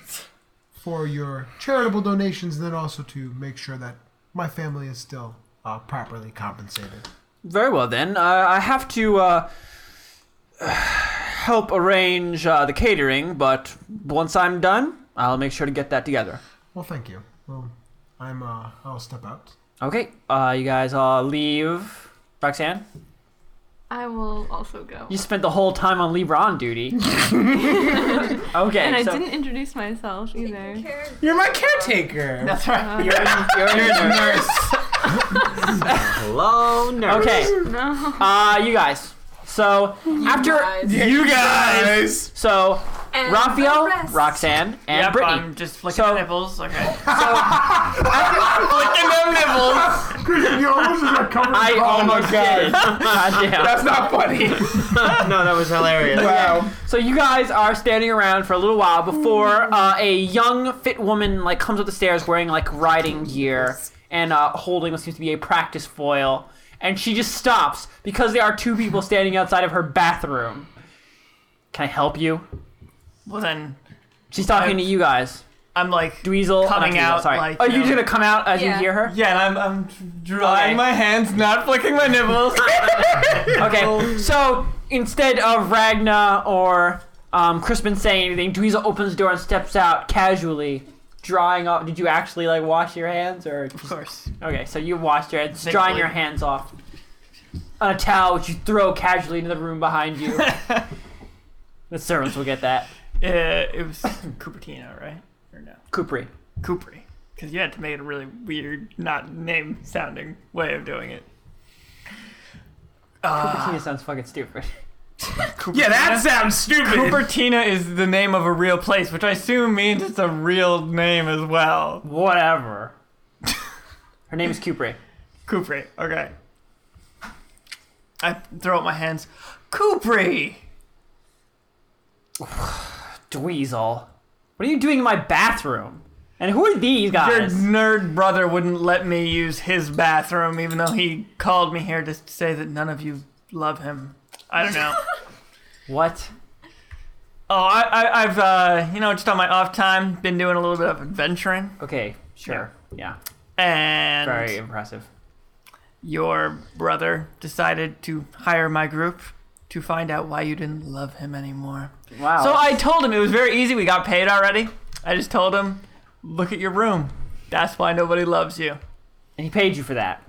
S3: for your charitable donations, and then also to make sure that my family is still uh, properly compensated.
S1: Very well then. Uh, I have to uh, help arrange uh, the catering, but once I'm done, I'll make sure to get that together.
S3: Well, thank you. Well, I'm uh, I'll step out.
S1: Okay. Uh, you guys all leave. Roxanne,
S7: I will also go.
S1: you spent the whole time on LeBron duty. okay.
S7: and I
S1: so
S7: didn't introduce myself either.
S5: You're my caretaker.
S1: That's right. You're, you're, you're
S2: Hello, nurse.
S1: Okay.
S7: No.
S1: Uh, you guys. So after
S4: Guys.
S5: You guys!
S1: so
S4: And
S1: Raphael,
S4: the rest.
S1: Roxanne, and
S6: Yep,
S1: Brittany.
S6: I'm just flicking
S1: So-
S6: nipples. Okay.
S5: Flicking them nipples!
S3: You almost got covered.
S1: I almost did. God damn.
S5: That's not funny.
S2: No, that was hilarious.
S5: Wow.
S1: So you guys are standing around for a little while
S4: Hmm.
S1: before uh, a young, fit woman like comes up the stairs wearing like riding gear and uh, holding what seems to be a practice foil, and she just stops because there are two people standing outside of her bathroom. Can I help you?
S6: Well then,
S1: She's talking to you guys.
S6: I'm like
S1: Dweezil, uh, not
S6: Coming
S1: Dweezil,
S6: out,
S1: Sorry.
S6: like,
S1: oh,
S6: you
S1: you're
S6: know-
S1: gonna come out as you
S4: Yeah.
S1: hear her?
S6: yeah, and I'm I'm drying
S1: Okay.
S6: my hands, not flicking my nipples.
S1: Okay, so instead of Ragna or um, Crispin saying anything, Dweezil opens the door and steps out casually, drying off. Did you actually like wash your hands or?
S6: of course.
S1: Okay, so you washed your hands, drying
S6: Thankfully.
S1: your hands off. On a towel, which you throw casually into the room behind you. the servants will get that.
S6: Uh, it was Cupertino, right? Or no?
S1: Kupri.
S6: Coopery. Because you had to make it a really weird, not name sounding way of doing it. Uh,
S1: Tina sounds fucking stupid.
S5: Yeah, that sounds stupid.
S6: Cupertina is the name of a real place, which I assume means it's a real name as well.
S1: Whatever. Her name is Kupri.
S6: Coopery. Okay. I throw up my hands. Coopery!
S1: Dweezil. What are you doing in my bathroom? And who are these
S6: Your
S1: guys?
S6: nerd brother wouldn't let me use his bathroom, even though he called me here to say that none of you love him. I don't know.
S1: What?
S6: oh, I, I, I've, uh, you know, just on my off time, been doing a little bit of adventuring.
S1: Okay, sure. Yeah.
S6: And
S1: Very impressive.
S6: your brother decided to hire my group to find out why you didn't love him anymore.
S1: Wow.
S6: So I told him it was very easy. We got paid already. I just told him, look at your room. That's why nobody loves you.
S1: and he paid you for that.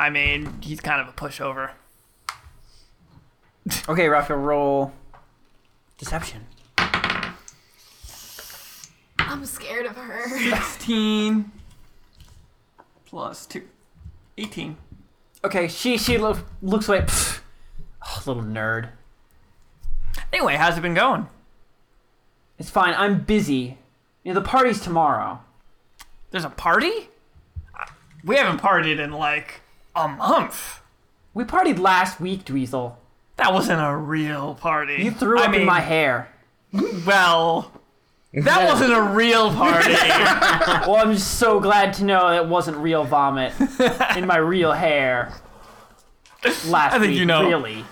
S6: I mean, he's kind of a pushover.
S1: Okay, Raphael, roll. Deception.
S4: I'm scared of her.
S6: 16 plus 2. 18.
S1: Okay, she she lo- looks away. Pfft. Oh, little nerd.
S6: Anyway, how's it been going?
S1: It's fine. I'm busy. You know, the party's tomorrow.
S6: There's a party? We haven't partied in like a month.
S1: We partied last week, Dweezil.
S6: That wasn't a real party.
S1: You threw
S6: I
S1: up in
S6: mean,
S1: my hair.
S6: Well, that wasn't a real party.
S1: Well, I'm just so glad to know that wasn't real vomit in my real hair. Last
S6: I think
S1: week,
S6: you know.
S1: really.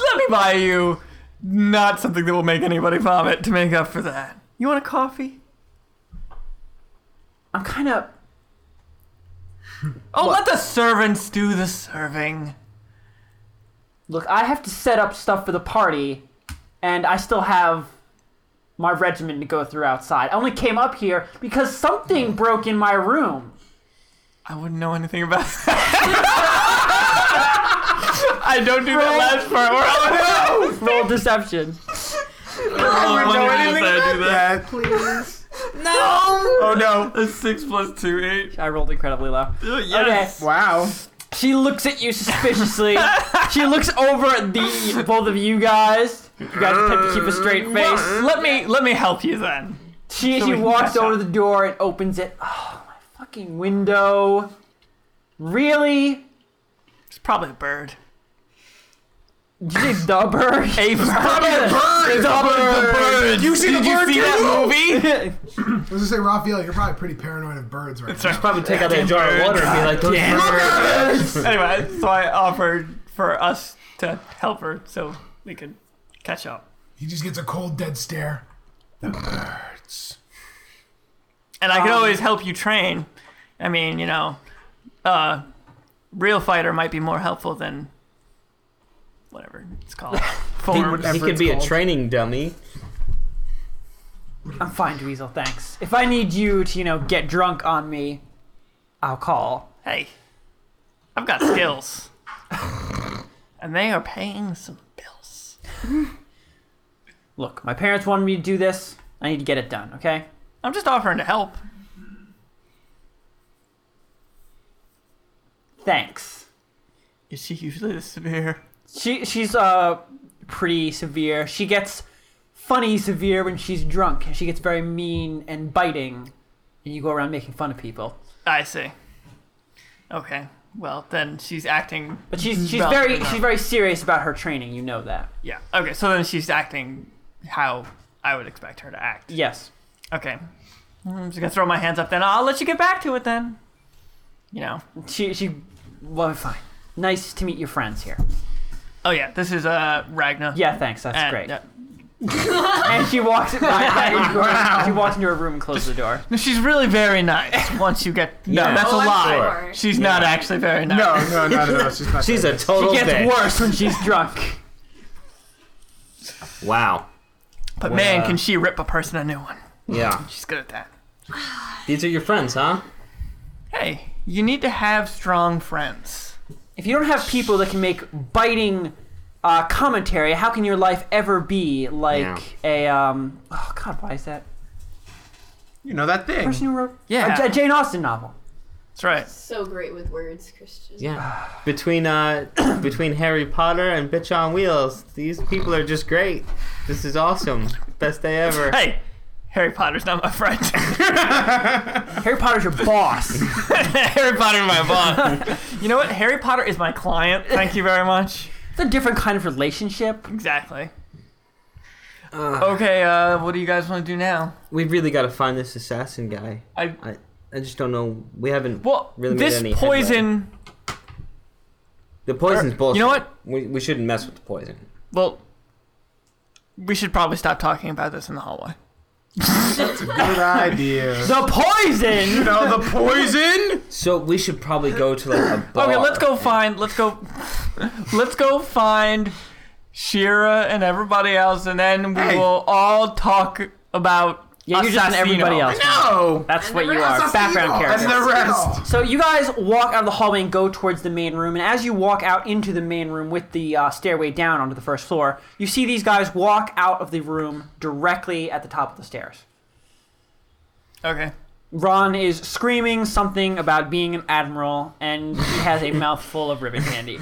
S6: Let me buy you not something that will make anybody vomit to make up for that. You want a coffee?
S1: I'm kind of.
S6: Oh, let the servants do the serving.
S1: Look, I have to set up stuff for the party, and I still have my regiment to go through outside. I only came up here because something broke in my room.
S6: I wouldn't know anything about that. I don't do that last part. We're all no.
S1: Roll deception.
S6: I
S5: would know anything
S6: I do that.
S5: Yeah, please. No. Oh no.
S6: A six plus two, eight.
S1: I rolled incredibly low.
S6: Uh, Yes.
S5: Wow.
S1: She looks at you suspiciously. she looks over at the both of you guys. You guys attempt to keep a straight face.
S6: Let me let me help you then.
S1: She she
S6: Mm. we can
S1: walks
S6: catch up.
S1: over to the door and opens it. Oh my fucking window. Really?
S6: It's probably a bird.
S1: Did you say the bird?
S6: A bird.
S5: Bird.
S6: The bird.
S5: You see the
S6: Did you
S5: bird
S6: see
S5: too?
S6: that movie?
S3: I was gonna say, Raphael, you're probably pretty paranoid of birds right now.
S2: Probably take out a jar of water and be like, those
S6: Damn.
S2: birds.
S6: anyway, so I offered for us to help her so we could catch up.
S3: He just gets a cold, dead stare.
S6: And I could always help you train. I mean, you know, uh, real fighter might be more helpful than whatever it's called. Form.
S2: He could be a training dummy.
S1: I'm fine, Dweezil, thanks. If I need you to, you know, get drunk on me, I'll call.
S6: hey, I've got skills, and they are paying some bills.
S1: Look, my parents wanted me to do this. I need to get it done, okay?
S6: I'm just offering to help.
S1: Thanks.
S6: Is she usually this severe?
S1: She she's uh pretty severe. She gets funny severe when she's drunk, and she gets very mean and biting, and you go around making fun of people.
S6: I see. Okay. Well, then she's acting.
S1: But she's she's
S6: Well,
S1: very
S6: no.
S1: she's very serious about her training. You know that.
S6: Yeah. Okay. So then she's acting how I would expect her to act.
S1: Yes.
S6: Okay. I'm just gonna throw my hands up then. I'll let you get back to it then. You know.
S1: She she well fine. Nice to meet your friends here.
S6: Oh yeah, this is uh Ragna.
S1: Yeah, thanks. That's
S6: And, uh,
S1: great.
S6: yeah.
S1: And she walks by, by her door- she walks into her room and closes the door.
S6: No, she's really very nice. Once you get no, that's
S4: Oh,
S6: a
S4: I'm
S6: lie.
S4: sure.
S6: She's not actually very nice.
S5: No, Oh, no, no, no, no. She's not.
S2: She's a total
S1: It gets
S2: bitch.
S1: worse when she's drunk.
S2: Wow.
S6: But man,
S2: Well, uh,
S6: can she rip a person a new one?
S2: Yeah.
S6: She's good at that.
S2: These are your friends, huh?
S6: Hey, you need to have strong friends.
S1: If you don't have people that can make biting uh, commentary, how can your life ever be like a um? Oh God, why is that
S5: You know that thing.
S1: person who wrote
S6: Yeah.
S1: a, J- Jane Austen novel?
S6: That's right.
S4: So great with words, Christian.
S2: Yeah. Between uh, between Harry Potter and Bitch on Wheels, these people are just great. This is awesome. Best day ever.
S6: Hey, Harry Potter's not my friend.
S1: Harry Potter's your boss.
S6: Harry Potter, my boss. you know what? Harry Potter is my client. Thank you very much.
S1: it's a different kind of relationship.
S6: Exactly. okay, uh, what do you guys want to do now?
S2: We really got to find this assassin guy.
S6: I
S2: I I just don't know. We haven't.
S6: well,
S2: Really made
S6: this
S2: any headway.
S6: poison. er,
S2: The poison's bullshit.
S6: You know what?
S2: We, we shouldn't mess with the poison.
S6: Well, we should probably stop talking about this in the hallway.
S5: Good idea.
S1: The poison.
S5: No, the poison.
S2: So we should probably go to like a bar.
S6: Okay, let's go find. Let's go. let's go find Shira and everybody else, and then we
S5: Hey.
S6: will all talk about.
S1: yeah, you're just an everybody
S6: Assassino.
S1: else.
S5: No.
S1: That's what
S4: the
S1: you
S4: rest
S1: are.
S4: of
S1: Background
S5: And
S1: character.
S5: the rest.
S1: So you guys walk out of the hallway and go towards the main room, and as you walk out into the main room with the uh, stairway down onto the first floor, you see these guys walk out of the room directly at the top of the stairs.
S6: Okay.
S1: Ron is screaming something about being an admiral, and he has a mouthful of ribbon candy.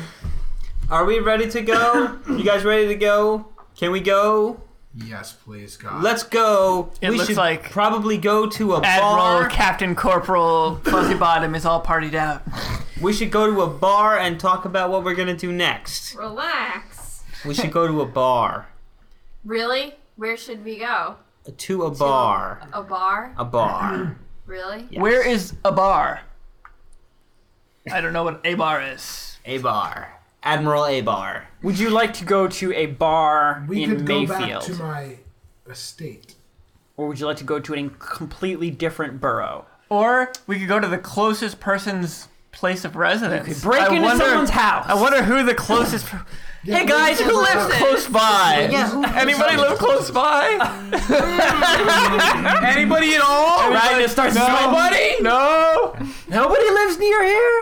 S2: Are we ready to go? you guys ready to go? Can we go?
S3: Yes, please, God.
S2: Let's go.
S6: It
S2: we
S6: looks
S2: should
S6: like
S2: probably go to a
S6: Admiral,
S2: bar.
S6: Captain, Corporal, Fuzzy Bottom is all partied out.
S2: we should go to a bar and talk about what we're gonna do next.
S4: Relax.
S2: We should go to a bar.
S4: Really? Where should we go?
S2: To a bar.
S4: A bar?
S2: A bar.
S4: Really?
S6: Where is a bar? I don't know what a bar is.
S2: A bar. Admiral A bar.
S1: Would you like to go to a bar
S3: we
S1: in
S3: could go back
S1: Mayfield,
S3: to my estate.
S1: or would you like to go to a completely different borough?
S6: Or we could go to the closest person's place of residence.
S1: break
S6: I
S1: into
S6: wonder-
S1: someone's house.
S6: I wonder who the closest. per-
S3: Yeah,
S6: hey guys, who
S3: whoever-
S6: lives close by?
S3: whoever-
S6: Anybody live close by?
S5: Anybody at all?
S1: Ragnar starts
S6: No.
S1: nobody.
S6: No.
S1: Nobody lives near here.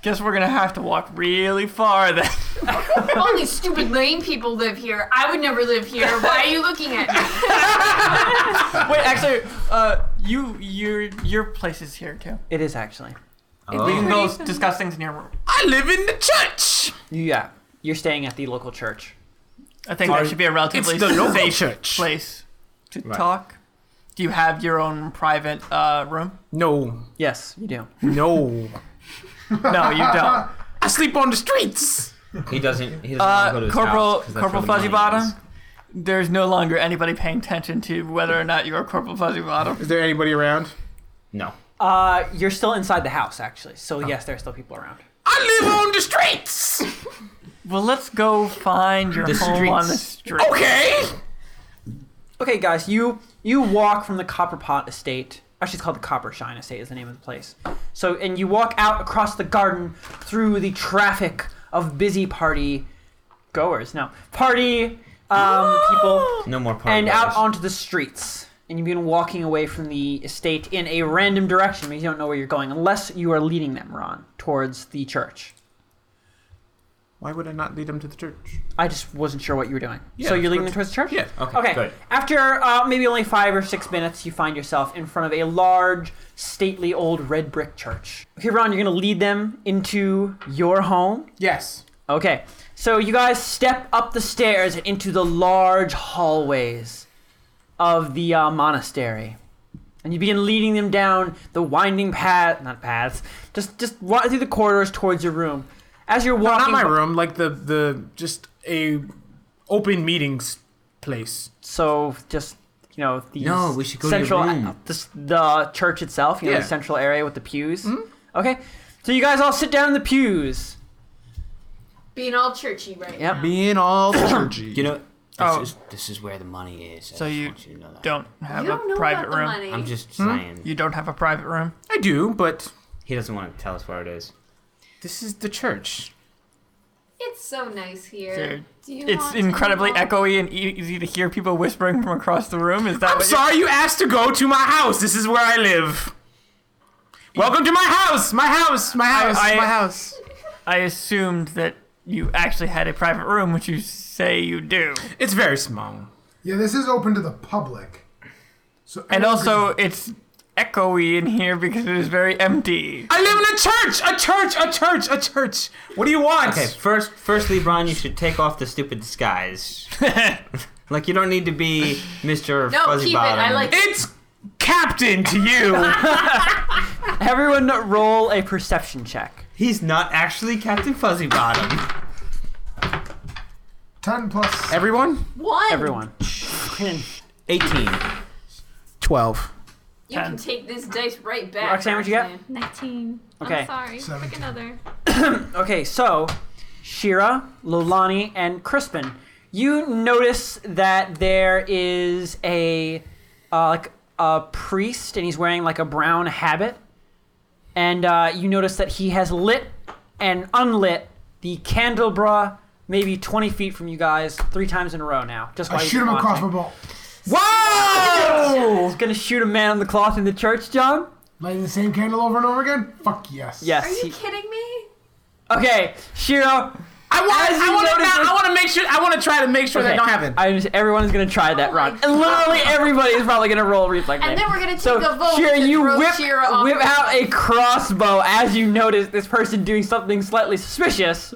S6: Guess we're gonna have to walk really far then.
S4: Only stupid lame people live here. I would never live here. Why are you looking at me?
S6: Wait, actually, uh, you your your place is here too.
S1: It is actually.
S6: We can go
S2: Oh.
S6: s- discuss things in your room.
S5: I live in the church.
S1: Yeah, you're staying at the local church.
S6: I think that should be a
S5: It's
S6: relatively
S5: the local
S6: safe
S5: church.
S6: place to
S2: Right.
S6: talk. Do you have your own private uh, room?
S5: No,
S1: Yes, you do.
S5: no.
S6: No, you don't.
S5: I sleep on the streets.
S2: He doesn't. He doesn't want
S6: Uh,
S2: to go to his
S6: Corporal
S2: house 'cause that's
S6: Corporal
S2: where the
S6: Fuzzy
S2: money
S6: Bottom. There's no longer anybody paying attention to whether or not you are Corporal Fuzzy Bottom.
S5: Is there anybody around?
S2: is. No.
S1: Uh, you're still inside the house actually, so yes, there are still people around.
S5: I live on the streets.
S6: Well, let's go find your
S2: The
S6: home on the
S2: streets.
S6: street.
S5: Okay.
S1: Okay, guys, you you walk from the Copper Pot Estate. Actually, it's called the Copper Shine Estate is the name of the place. So, and you walk out across the garden through the traffic of busy party goers. No, party um, people,
S2: No more party.
S1: and out
S2: hours.
S1: onto the streets. And you've been walking away from the estate in a random direction because you don't know where you're going, unless you are leading them, Ron, towards the church.
S5: Why would I not lead them to the church?
S1: I just wasn't sure what you were doing.
S5: Yeah,
S1: so you're
S5: that's
S1: leading
S5: what-
S1: them towards the church?
S5: Yeah.
S2: Okay.
S1: Okay.
S2: Good.
S1: After uh, maybe only five or six minutes, you find yourself in front of a large, stately old red brick church. Okay, Ron, you're going to lead them into your home.
S5: Yes.
S1: Okay. So you guys step up the stairs and into the large hallways of the uh, monastery. And you begin leading them down the winding path, not paths, just just wa- through the corridors towards your room. As you're
S5: Not
S1: walking
S5: my room. Like the the just a open meetings place.
S1: so just you know the
S2: No, we should go to your
S1: central
S2: room.
S1: uh, this- the church itself you know
S5: Yeah.
S1: the central area with the pews
S2: Mm-hmm.
S1: okay so you guys all sit down in the pews
S4: Being all churchy right
S1: Yep.
S4: now.
S5: Being all churchy.
S2: You know. This,
S6: Oh.
S2: is, this is where the money is. I
S6: So
S2: just
S6: you
S2: want you to know that.
S6: don't have
S4: you don't
S6: a
S4: know
S6: private
S4: about the
S6: room.
S4: money.
S2: I'm just saying.
S6: You don't have a private room.
S5: I do, but
S2: He doesn't want to tell us where it is.
S5: this is the church.
S4: It's so nice here.
S6: Dude,
S7: Do you
S6: it's
S7: want
S6: incredibly
S7: to know-
S6: echoey and e- easy to hear people whispering from across the room. Is that
S5: I'm
S6: what
S5: sorry you asked to go to my house. This is where I live. Welcome to my house. My house. My house.
S6: I-
S5: my house.
S6: You- I assumed that you actually had a private room, which you say you do.
S5: It's very small.
S3: Yeah, this is open to the public. So
S6: And
S3: everyone
S6: also,
S3: can-
S6: it's echoey in here because it is very empty.
S5: I live in a church. A church. A church. A church. What do you want?
S2: Okay. First, firstly, Brian, you should take off the stupid disguise. like you don't need to be Mr.
S4: No,
S2: Fuzzy
S4: keep it.
S2: Bottom.
S4: I like
S5: It's captain to you.
S1: everyone roll a perception check
S2: He's not actually Captain Fuzzy Bottom.
S3: ten plus.
S5: Everyone.
S4: one.
S1: everyone
S2: 18.
S5: Twelve.
S4: You can take this dice right back.
S1: Roxanne, what'd you get?
S4: Roxanne.
S7: 19.
S1: Okay.
S7: I'm sorry. Pick
S3: Seventeen.
S7: another.
S1: okay so shira lolani and crispin you notice that there is a uh, like a priest and he's wearing like a brown habit and uh, you notice that he has lit and unlit the candelabra maybe 20 feet from you guys three times in a row now just
S3: I
S1: while
S3: shoot him
S1: a
S3: across my ball.
S5: Whoa!
S1: he's gonna shoot a man on the cloth in the church john
S3: Lighting the same candle over and over again? Fuck yes.
S1: yes
S4: Are
S1: he-
S4: you kidding me?
S1: okay shira
S5: I want.
S1: As you
S5: I want
S1: notice
S5: to.
S1: this-
S5: I want to make sure. I want to try to make sure
S1: Okay.
S5: that don't happen.
S1: I just, everyone's gonna try that
S4: Oh my
S1: run. And literally everybody is probably gonna roll reflex.
S4: And
S1: save.
S4: then we're gonna take
S1: so,
S4: a vote
S1: Shira,
S4: to
S1: you
S4: throw
S1: whip,
S4: Shira off
S1: whip
S4: the
S1: out a
S4: run.
S1: crossbow as you notice this person doing something slightly suspicious.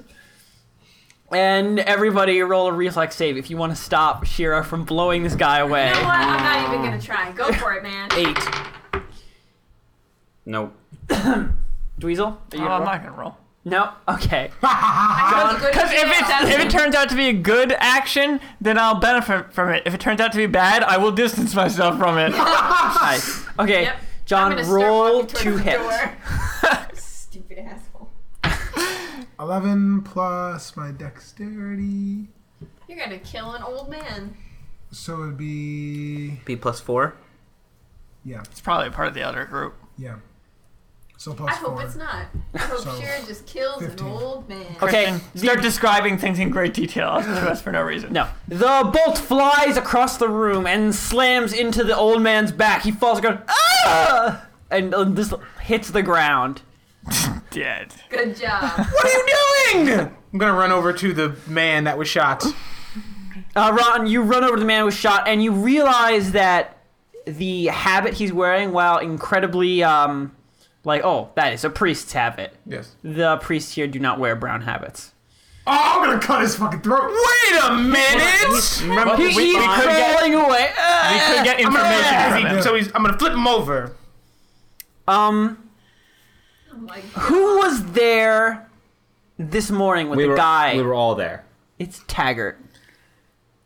S1: And everybody roll a reflex save if you want to stop Shira from blowing this guy away.
S4: You know what? I'm not even gonna try. Go for it, man.
S1: Eight.
S2: Nope.
S1: Dweezil? Are you
S6: Oh,
S1: gonna
S6: I'm
S1: roll?
S6: not gonna roll.
S1: No? Okay.
S6: Because
S4: Because
S6: if, it's- if it turns out to be a good action, then I'll benefit from it. If it turns out to be bad, I will distance myself from it.
S1: Nice. Okay.
S4: Yep.
S1: John, roll to hit.
S4: Stupid asshole.
S3: Eleven plus my dexterity.
S4: You're gonna kill an old man.
S3: So it'd be
S2: B plus 4.
S3: yeah,
S6: It's probably part of the other group.
S3: yeah. So
S4: I
S3: plus
S4: hope
S3: four.
S4: it's not. I hope
S3: So,
S4: Shira just kills
S3: 15.
S4: an old man.
S1: Okay.
S6: Christian, start describing things in great detail to us for no reason.
S1: No. The bolt flies across the room and slams into the old um, man's back. He falls going, ah! And uh, this hits the ground.
S6: dead.
S4: Good job.
S5: What are you doing? I'm gonna run over to the man that was shot.
S1: Uh, Ron, you run over to the man who was shot, and you realize that the habit he's wearing, while incredibly, um, like, oh, that is a priest's habit.
S5: Yes.
S1: The priests here do not wear brown habits.
S5: Oh, I'm gonna cut his fucking throat. Wait a minute!
S6: Remember,
S1: He,
S6: we, we
S1: he's
S6: could get,
S1: crawling away. Ah!
S6: we could
S5: I'm
S6: get information.
S5: gonna-
S6: 'cause he-
S5: so he's. I'm gonna flip him over.
S1: Um,
S4: Like,
S1: who was there this morning with
S2: We
S1: the
S2: were,
S1: guy?
S2: we were all there.
S1: It's Taggart.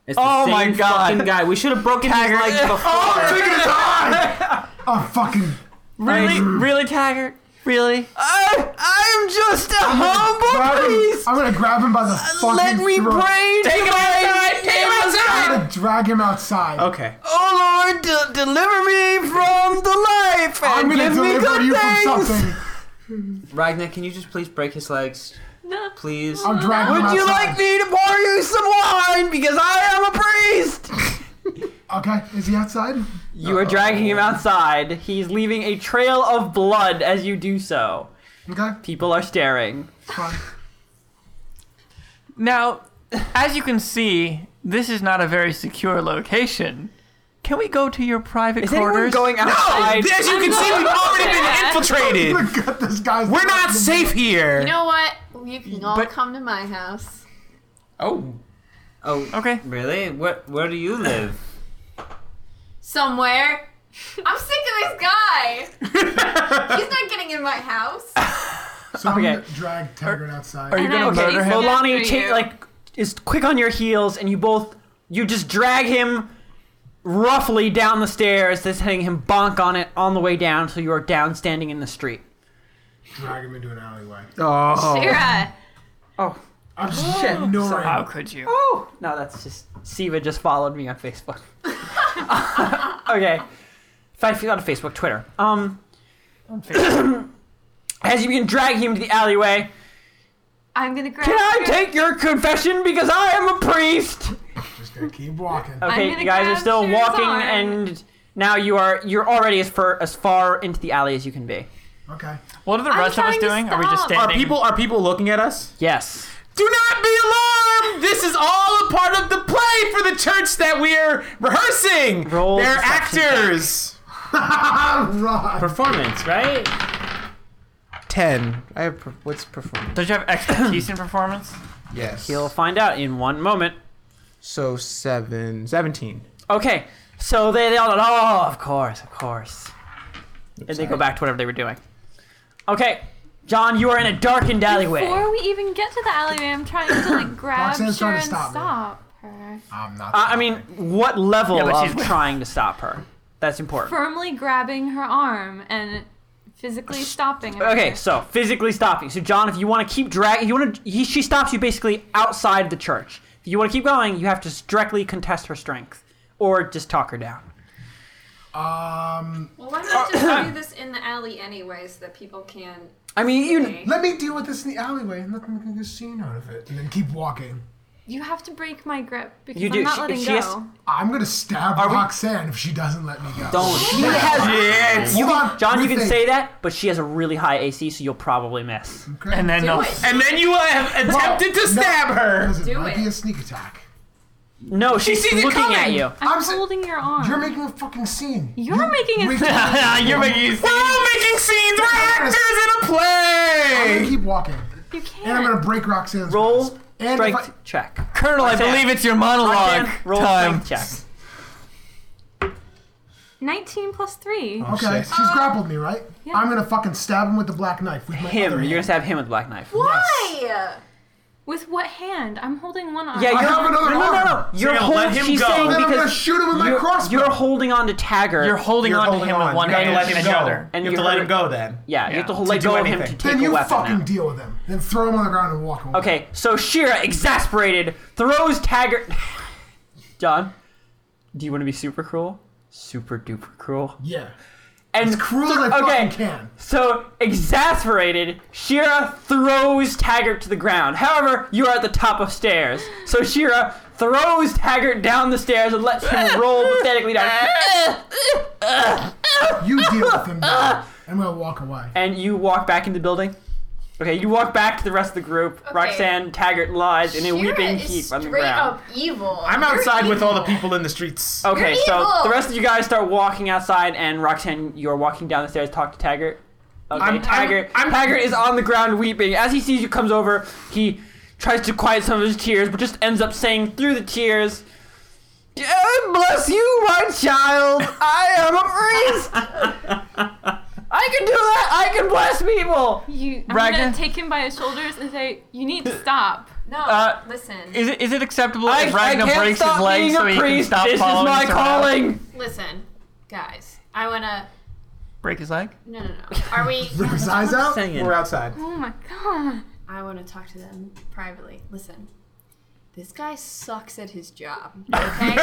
S2: It's the
S6: Oh
S2: same
S6: my God.
S2: fucking guy. We should have broken his legs before.
S5: Oh, I'm taking his eye.
S3: Oh, fucking.
S6: really, really, Taggart, really.
S1: I, I'm just a humble
S3: Grab him, I'm gonna grab him by the fucking throat.
S1: Take him outside. Take him
S3: I'm gonna drag him outside.
S5: Okay.
S1: Oh Lord, de- deliver me from the life
S3: I'm
S1: and
S3: gonna
S1: give me
S3: deliver
S1: good
S3: you
S1: things.
S3: from something.
S2: Ragnar, can you just please break his legs? Please.
S3: I'm dragging him
S1: Would
S3: outside.
S1: you like me to pour you some wine because I am a priest?
S3: Okay, is he outside?
S1: You are dragging him outside. He's leaving a trail of blood as you do so.
S3: Okay,
S1: People are staring.
S3: fine.
S6: Now, as you can see, this is not a very secure location. Can we go to your private
S1: Is anyone
S6: quarters?
S1: going
S5: Oh,
S1: outside?
S5: as you can see, we've already been
S3: I'm
S5: infiltrated.
S3: gonna cut this guy's
S5: We're
S3: throat
S5: not
S3: and-
S5: safe
S4: you
S5: here.
S4: know what? You can all
S6: But-
S4: come to my house.
S5: Oh.
S2: Oh,
S6: Okay.
S2: really? Where, where do you live?
S4: Somewhere. I'm sick of this guy. He's not getting in my house.
S3: So I'm
S1: Okay.
S3: gonna drag Taggart outside.
S6: Are you
S7: And
S6: gonna
S7: I'm
S6: murder
S7: chasing
S6: him?
S7: after
S1: Lolani
S7: you.
S1: take like is quick on your heels, and you both you just drag him roughly down the stairs, this hitting him bonk on it on the way down, so you are down standing in the street.
S3: drag him into an alleyway.
S5: Oh.
S7: Shira.
S1: Oh,
S3: I'm just ignoring
S6: So how
S3: him.
S6: could you?
S1: oh no, that's just Siva just followed me on Facebook. okay, if I feel on Facebook, Twitter. Um, as you begin dragging him to the alleyway,
S7: I'm gonna grab.
S1: can I
S7: Shira.
S1: take your confession because I am a priest?
S3: Just gonna keep walking.
S1: Okay,
S7: gonna
S1: you guys are
S7: grab
S1: still
S7: Shira's
S1: walking,
S7: arm.
S1: and now you are you're already as far as far into the alley as you can be.
S3: Okay.
S6: What are the rest of us
S7: trying to
S6: doing? Are we just
S7: stop.
S5: Are
S6: standing?
S5: people are people looking at us?
S1: Yes.
S5: Do not be alarmed. This is all a part of the play for the church that we're rehearsing.
S1: Roll
S5: They're
S1: deception
S5: actors.
S3: Run.
S2: Performance, right?
S5: Ten. I have. Per- what's performance?
S6: Don't you have expertise in performance?
S5: Yes.
S1: You'll find out in one moment.
S5: So seven. Seventeen.
S1: Okay, so they, they all oh, of course, of course. and they go back to whatever they were doing. Okay, John, you are in a darkened alleyway.
S7: Before we even get to the alleyway, I'm trying to like grab Shira
S3: Roxanne's
S7: and
S3: trying to
S7: stop,
S3: stop me.
S7: her.
S3: I'm not.
S1: Uh, I mean, what level
S6: Yeah, but
S1: of
S6: she's-
S1: trying to stop her? That's important.
S7: Firmly grabbing her arm and physically stopping her.
S1: Okay, so physically stopping. So John, if you want to keep dragging, you want to. He, she stops you basically outside the church. If you want to keep going, you have to s- directly contest her strength, or just talk her down.
S3: um,
S4: Well, why not just do this in the alley anyway so that people can.
S1: I mean, you.
S4: see?
S3: let me deal with this in the alleyway and let them make a scene out of it, and then keep walking.
S7: You have to break my grip because
S1: You do.
S7: I'm not
S1: She-
S7: letting
S1: she
S7: go.
S1: has-
S3: I'm gonna stab
S1: we-
S3: Roxanne if she doesn't let me go.
S1: Don't. She has.
S5: Yes.
S3: Hold on,
S1: John, you
S3: rethink.
S1: can say that, but she has a really high AC, so you'll probably miss.
S3: Okay.
S6: And then
S4: Do
S6: they'll
S4: it.
S5: And then you have attempted to
S3: No.
S5: stab her.
S3: Because it
S4: Do
S3: might
S4: it.
S3: be a sneak attack.
S1: No, she's
S5: sees it
S1: looking at
S5: coming!
S1: you.
S7: I'm,
S3: I'm s-
S7: holding your arm.
S3: You're making a fucking scene.
S7: You're making a
S3: we-
S7: scene.
S6: You're making.
S5: We're all making scenes. We're actors in a
S3: I'm gonna
S5: play.
S3: keep walking,
S7: you
S3: and I'm
S7: can't.
S3: gonna break Roxanne's.
S1: Roll
S3: wrist. And if
S1: strength
S3: I-
S1: check.
S6: Colonel, I believe it's your monologue
S1: Roxanne, roll
S6: time.
S1: strength check.
S7: 19 plus 3.
S3: Okay,
S5: shit.
S3: she's grappled me, right?
S7: Yeah.
S3: I'm gonna fucking stab him with the black knife with my
S1: Him,
S3: other
S1: you're gonna
S3: hand.
S1: stab him with black knife.
S4: Why?
S7: With what hand? I'm holding one arm.
S1: Yeah,
S3: I
S1: you're
S3: have another
S1: no, no, no, no.
S3: arm.
S1: You're
S6: you're gonna
S1: holding.
S6: let him
S1: she's
S6: go.
S1: saying
S3: Then I'm gonna
S1: because
S3: shoot him with my
S1: you're,
S3: crossbow.
S1: you're holding on to Taggart.
S6: You're holding
S5: You're
S6: on
S5: holding
S6: to him
S5: on.
S6: with one
S5: You gotta
S6: hand
S5: let
S6: and
S5: him
S6: the
S5: go.
S6: other.
S1: and
S5: you have
S1: you're
S5: to let
S1: hurt-
S5: him go then.
S1: Yeah, you have to
S5: To
S1: let
S5: do
S1: go of him to
S5: anything.
S1: take
S3: Then
S1: a
S3: you
S1: weapon
S3: fucking
S1: now.
S3: deal with him. Then throw him on the ground and walk away.
S1: Okay, so Shira, exasperated, throws Taggart. John, do you want to be super cruel? Super duper cruel.
S3: Yeah.
S1: And
S3: As cruel as I
S1: okay,
S3: fucking can.
S1: So exasperated, Shira throws Taggart to the ground. However, you are at the top of stairs. So Shira throws Taggart down the stairs and lets him roll pathetically down.
S3: You deal with him now. I'm gonna walk away.
S1: And you walk back into the building. Okay, you walk back to the rest of the group.
S4: Okay.
S1: Roxanne Taggart lies in a
S4: Shira
S1: weeping
S4: is
S1: heap on the
S4: straight
S1: ground.
S4: up evil.
S5: I'm
S4: You're
S5: outside with all the
S4: evil.
S5: people in the streets.
S1: Okay,
S4: You're
S1: so
S4: evil!
S1: the rest of you guys start walking outside, and Roxanne, you're walking down the stairs. Talk to Taggart. Okay,
S5: I'm- I'm-
S1: Taggart.
S5: I'm-
S1: Taggart is on the ground weeping. As he sees you, comes over. He tries to quiet some of his tears, but just ends up saying through the tears, "God "Bless you, my child. I am a priest. I can do that. I can bless people."
S7: You, I'm
S6: Raga?
S7: gonna take him by his shoulders and say, "You need to stop."
S4: No,
S6: Uh,
S4: listen,
S6: Is it is it acceptable
S1: I,
S6: if
S1: I
S6: Ragnar
S1: can't
S6: breaks
S1: stop
S6: his leg
S1: being
S6: so
S1: a
S6: he can
S1: priest.
S6: stop
S1: this is
S6: following
S1: my
S6: us around?
S1: calling.
S4: listen, guys. I wanna.
S6: Break his leg?
S4: No, no, no. Are we?
S3: Rip his eyes out.
S2: Singing.
S5: We're outside.
S7: Oh my god.
S4: I want to talk to them privately. Listen, this guy sucks at his job. Okay.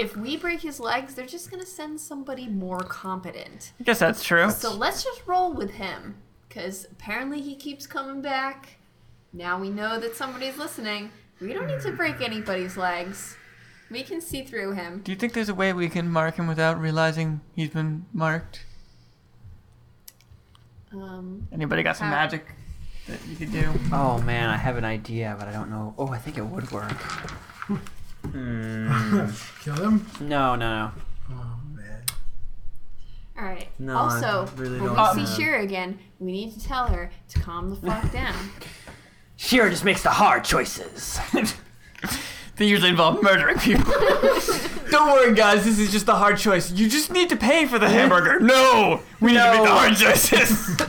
S4: if we break his legs, they're just gonna send somebody more competent.
S6: I guess that's true.
S4: So let's just roll with him, because apparently he keeps coming back. Now we know that somebody's listening. We don't need to break anybody's legs. We can see through him.
S6: Do you think there's a way we can mark him without realizing he's been marked?
S4: Um,
S6: Anybody got some
S4: Uh,
S6: magic that you could do?
S1: Oh man, I have an idea, but I don't know. Oh, I think it would work.
S3: Kill him.
S1: No, no, no.
S3: Oh man.
S4: All right.
S2: No, I
S4: also,
S2: really
S4: when
S2: don't
S4: we
S2: know.
S4: see Shira again, we need to tell her to calm the fuck down.
S1: Shira just makes the hard choices.
S6: They usually involve murdering people. Don't worry, guys. This is just the hard choice. You just need to pay for the hamburger. No, we need to make the
S1: No.
S6: hard choices.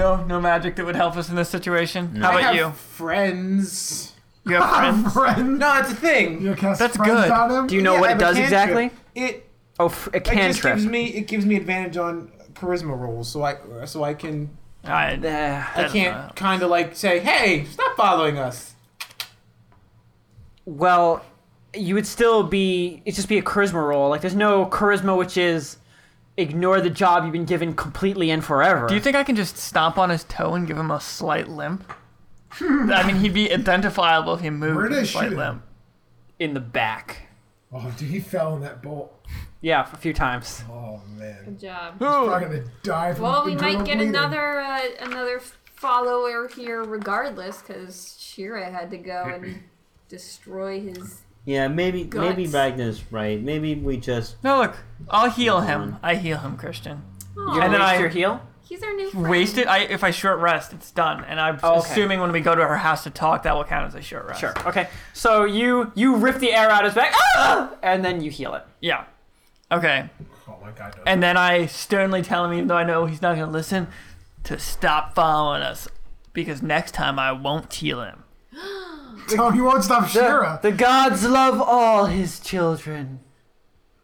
S6: no, no magic that would help us in this situation. How
S5: I have
S6: about you?
S5: Friends.
S6: You have friends.
S5: Friends. No, it's a thing.
S3: You cast
S6: That's
S3: friends
S6: good.
S3: on him.
S1: Do you know
S5: Yeah,
S1: what
S5: I
S1: it
S5: have a
S1: does
S5: cantrip.
S1: exactly?
S5: It,
S1: Oh, f- a
S5: it just
S1: cantrip.
S5: gives me it gives me advantage on charisma rolls, so I so I can
S6: I,
S1: Uh,
S5: I
S6: That's
S5: can't
S6: not-
S5: kind of like say, hey, stop following us.
S1: well, you would still be. It'd just be a charisma roll. Like there's no charisma, which is ignore the job you've been given completely and forever.
S6: do you think I can just stomp on his toe and give him a slight limp? I mean, he'd be identifiable if he moved
S3: Where
S6: with
S3: did
S6: a
S3: I
S6: slight
S3: shoot him?
S6: limp.
S1: in the back?
S3: Oh, dude, he fell in that bolt.
S1: Yeah, a few times.
S3: Oh man.
S7: Good job.
S3: I'm gonna die from
S4: Well, we might
S3: internal
S4: get
S3: bleeding.
S4: another uh, another follower here, regardless, because Shira had to go and destroy his.
S2: Yeah, maybe maybe
S4: Guts.
S2: Ragnar's right. Maybe we just
S6: No, look, I'll heal him. I heal him, Christian.
S1: You're gonna
S6: And then
S1: waste
S6: I-
S1: your heal.
S4: He's our new friend.
S6: Wasted. I if I short rest, it's done. And I'm
S1: Oh, okay.
S6: assuming when we go to her house to talk, that will count as a short rest.
S1: Sure. Okay. So you you rip the air out of his back, ah! and then you heal it.
S6: Yeah. Okay.
S3: Oh my god. no.
S6: And then I sternly tell him, even though I know he's not going to listen, to stop following us because next time I won't heal him.
S3: Tell him he won't stop
S1: The-
S3: Shira.
S1: The gods love all his children.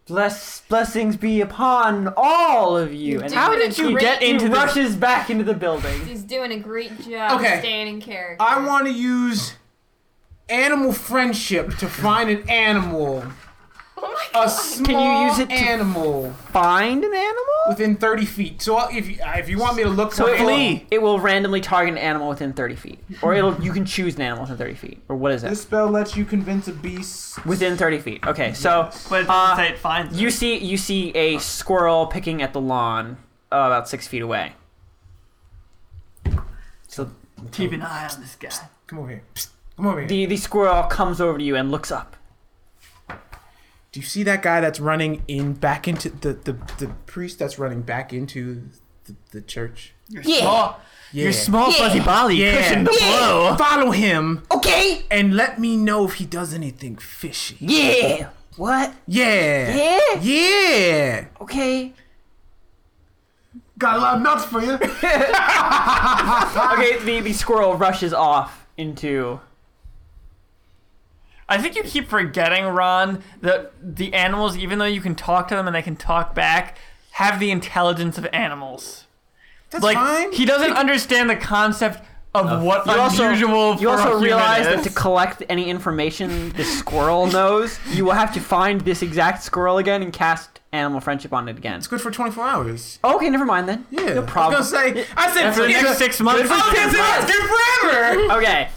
S1: Bless blessings be upon all of you. And
S4: do How it did
S6: you get
S1: he
S6: into this?
S1: rushes back into the building.
S4: He's doing a great job
S5: Okay.
S4: staying in character.
S5: I want to use animal friendship to find an animal.
S4: oh my
S5: A
S4: god!
S5: small
S1: use it to-
S5: animal
S1: Find an animal?
S5: within 30 feet. So I'll- if you, uh, if you want me to look
S1: So
S5: for
S1: it will,
S5: animal-
S1: it will randomly target an animal within 30 feet. Or it'll you can choose an animal within 30 feet. Or what is
S5: This
S1: it?
S5: spell lets you convince a beast.
S1: Within 30 feet. Okay, so
S6: But it doesn't
S1: Uh,
S6: say it finds
S1: you
S6: us.
S1: see you see a squirrel picking at the lawn uh, about six feet away. So
S6: Keep an eye on this guy.
S5: Come over here. Psst. Come over here.
S1: the, the squirrel comes over to you and looks up.
S5: Do you see that guy that's running in back into the the, the priest that's running back into the, the church?
S6: You're small.
S5: Yeah.
S6: You're small, fuzzy Bali.
S5: Yeah.
S6: Cushion the blow.
S5: Follow him
S1: Okay.
S5: and let me know if he does anything fishy.
S1: Yeah. What?
S5: Yeah.
S1: Yeah.
S5: Yeah.
S1: Okay.
S3: Got a lot of nuts for you.
S1: Okay. The the squirrel rushes off into.
S6: I think you keep forgetting, Ron, that the animals, even though you can talk to them and they can talk back, have the intelligence of animals.
S5: That's
S6: Like
S5: fine.
S6: he doesn't understand the concept of what
S1: You also-
S6: unusual for
S1: You
S6: a
S1: also
S6: human
S1: realize that
S6: is.
S1: to collect any information the squirrel knows, you will have to find this exact squirrel again and cast animal friendship on it again.
S5: It's good for 24 hours.
S1: Okay, never mind then.
S5: Yeah.
S1: No problem.
S5: I was gonna say, I said
S6: for the next six months.
S5: I was gonna say, that's good forever.
S1: Okay.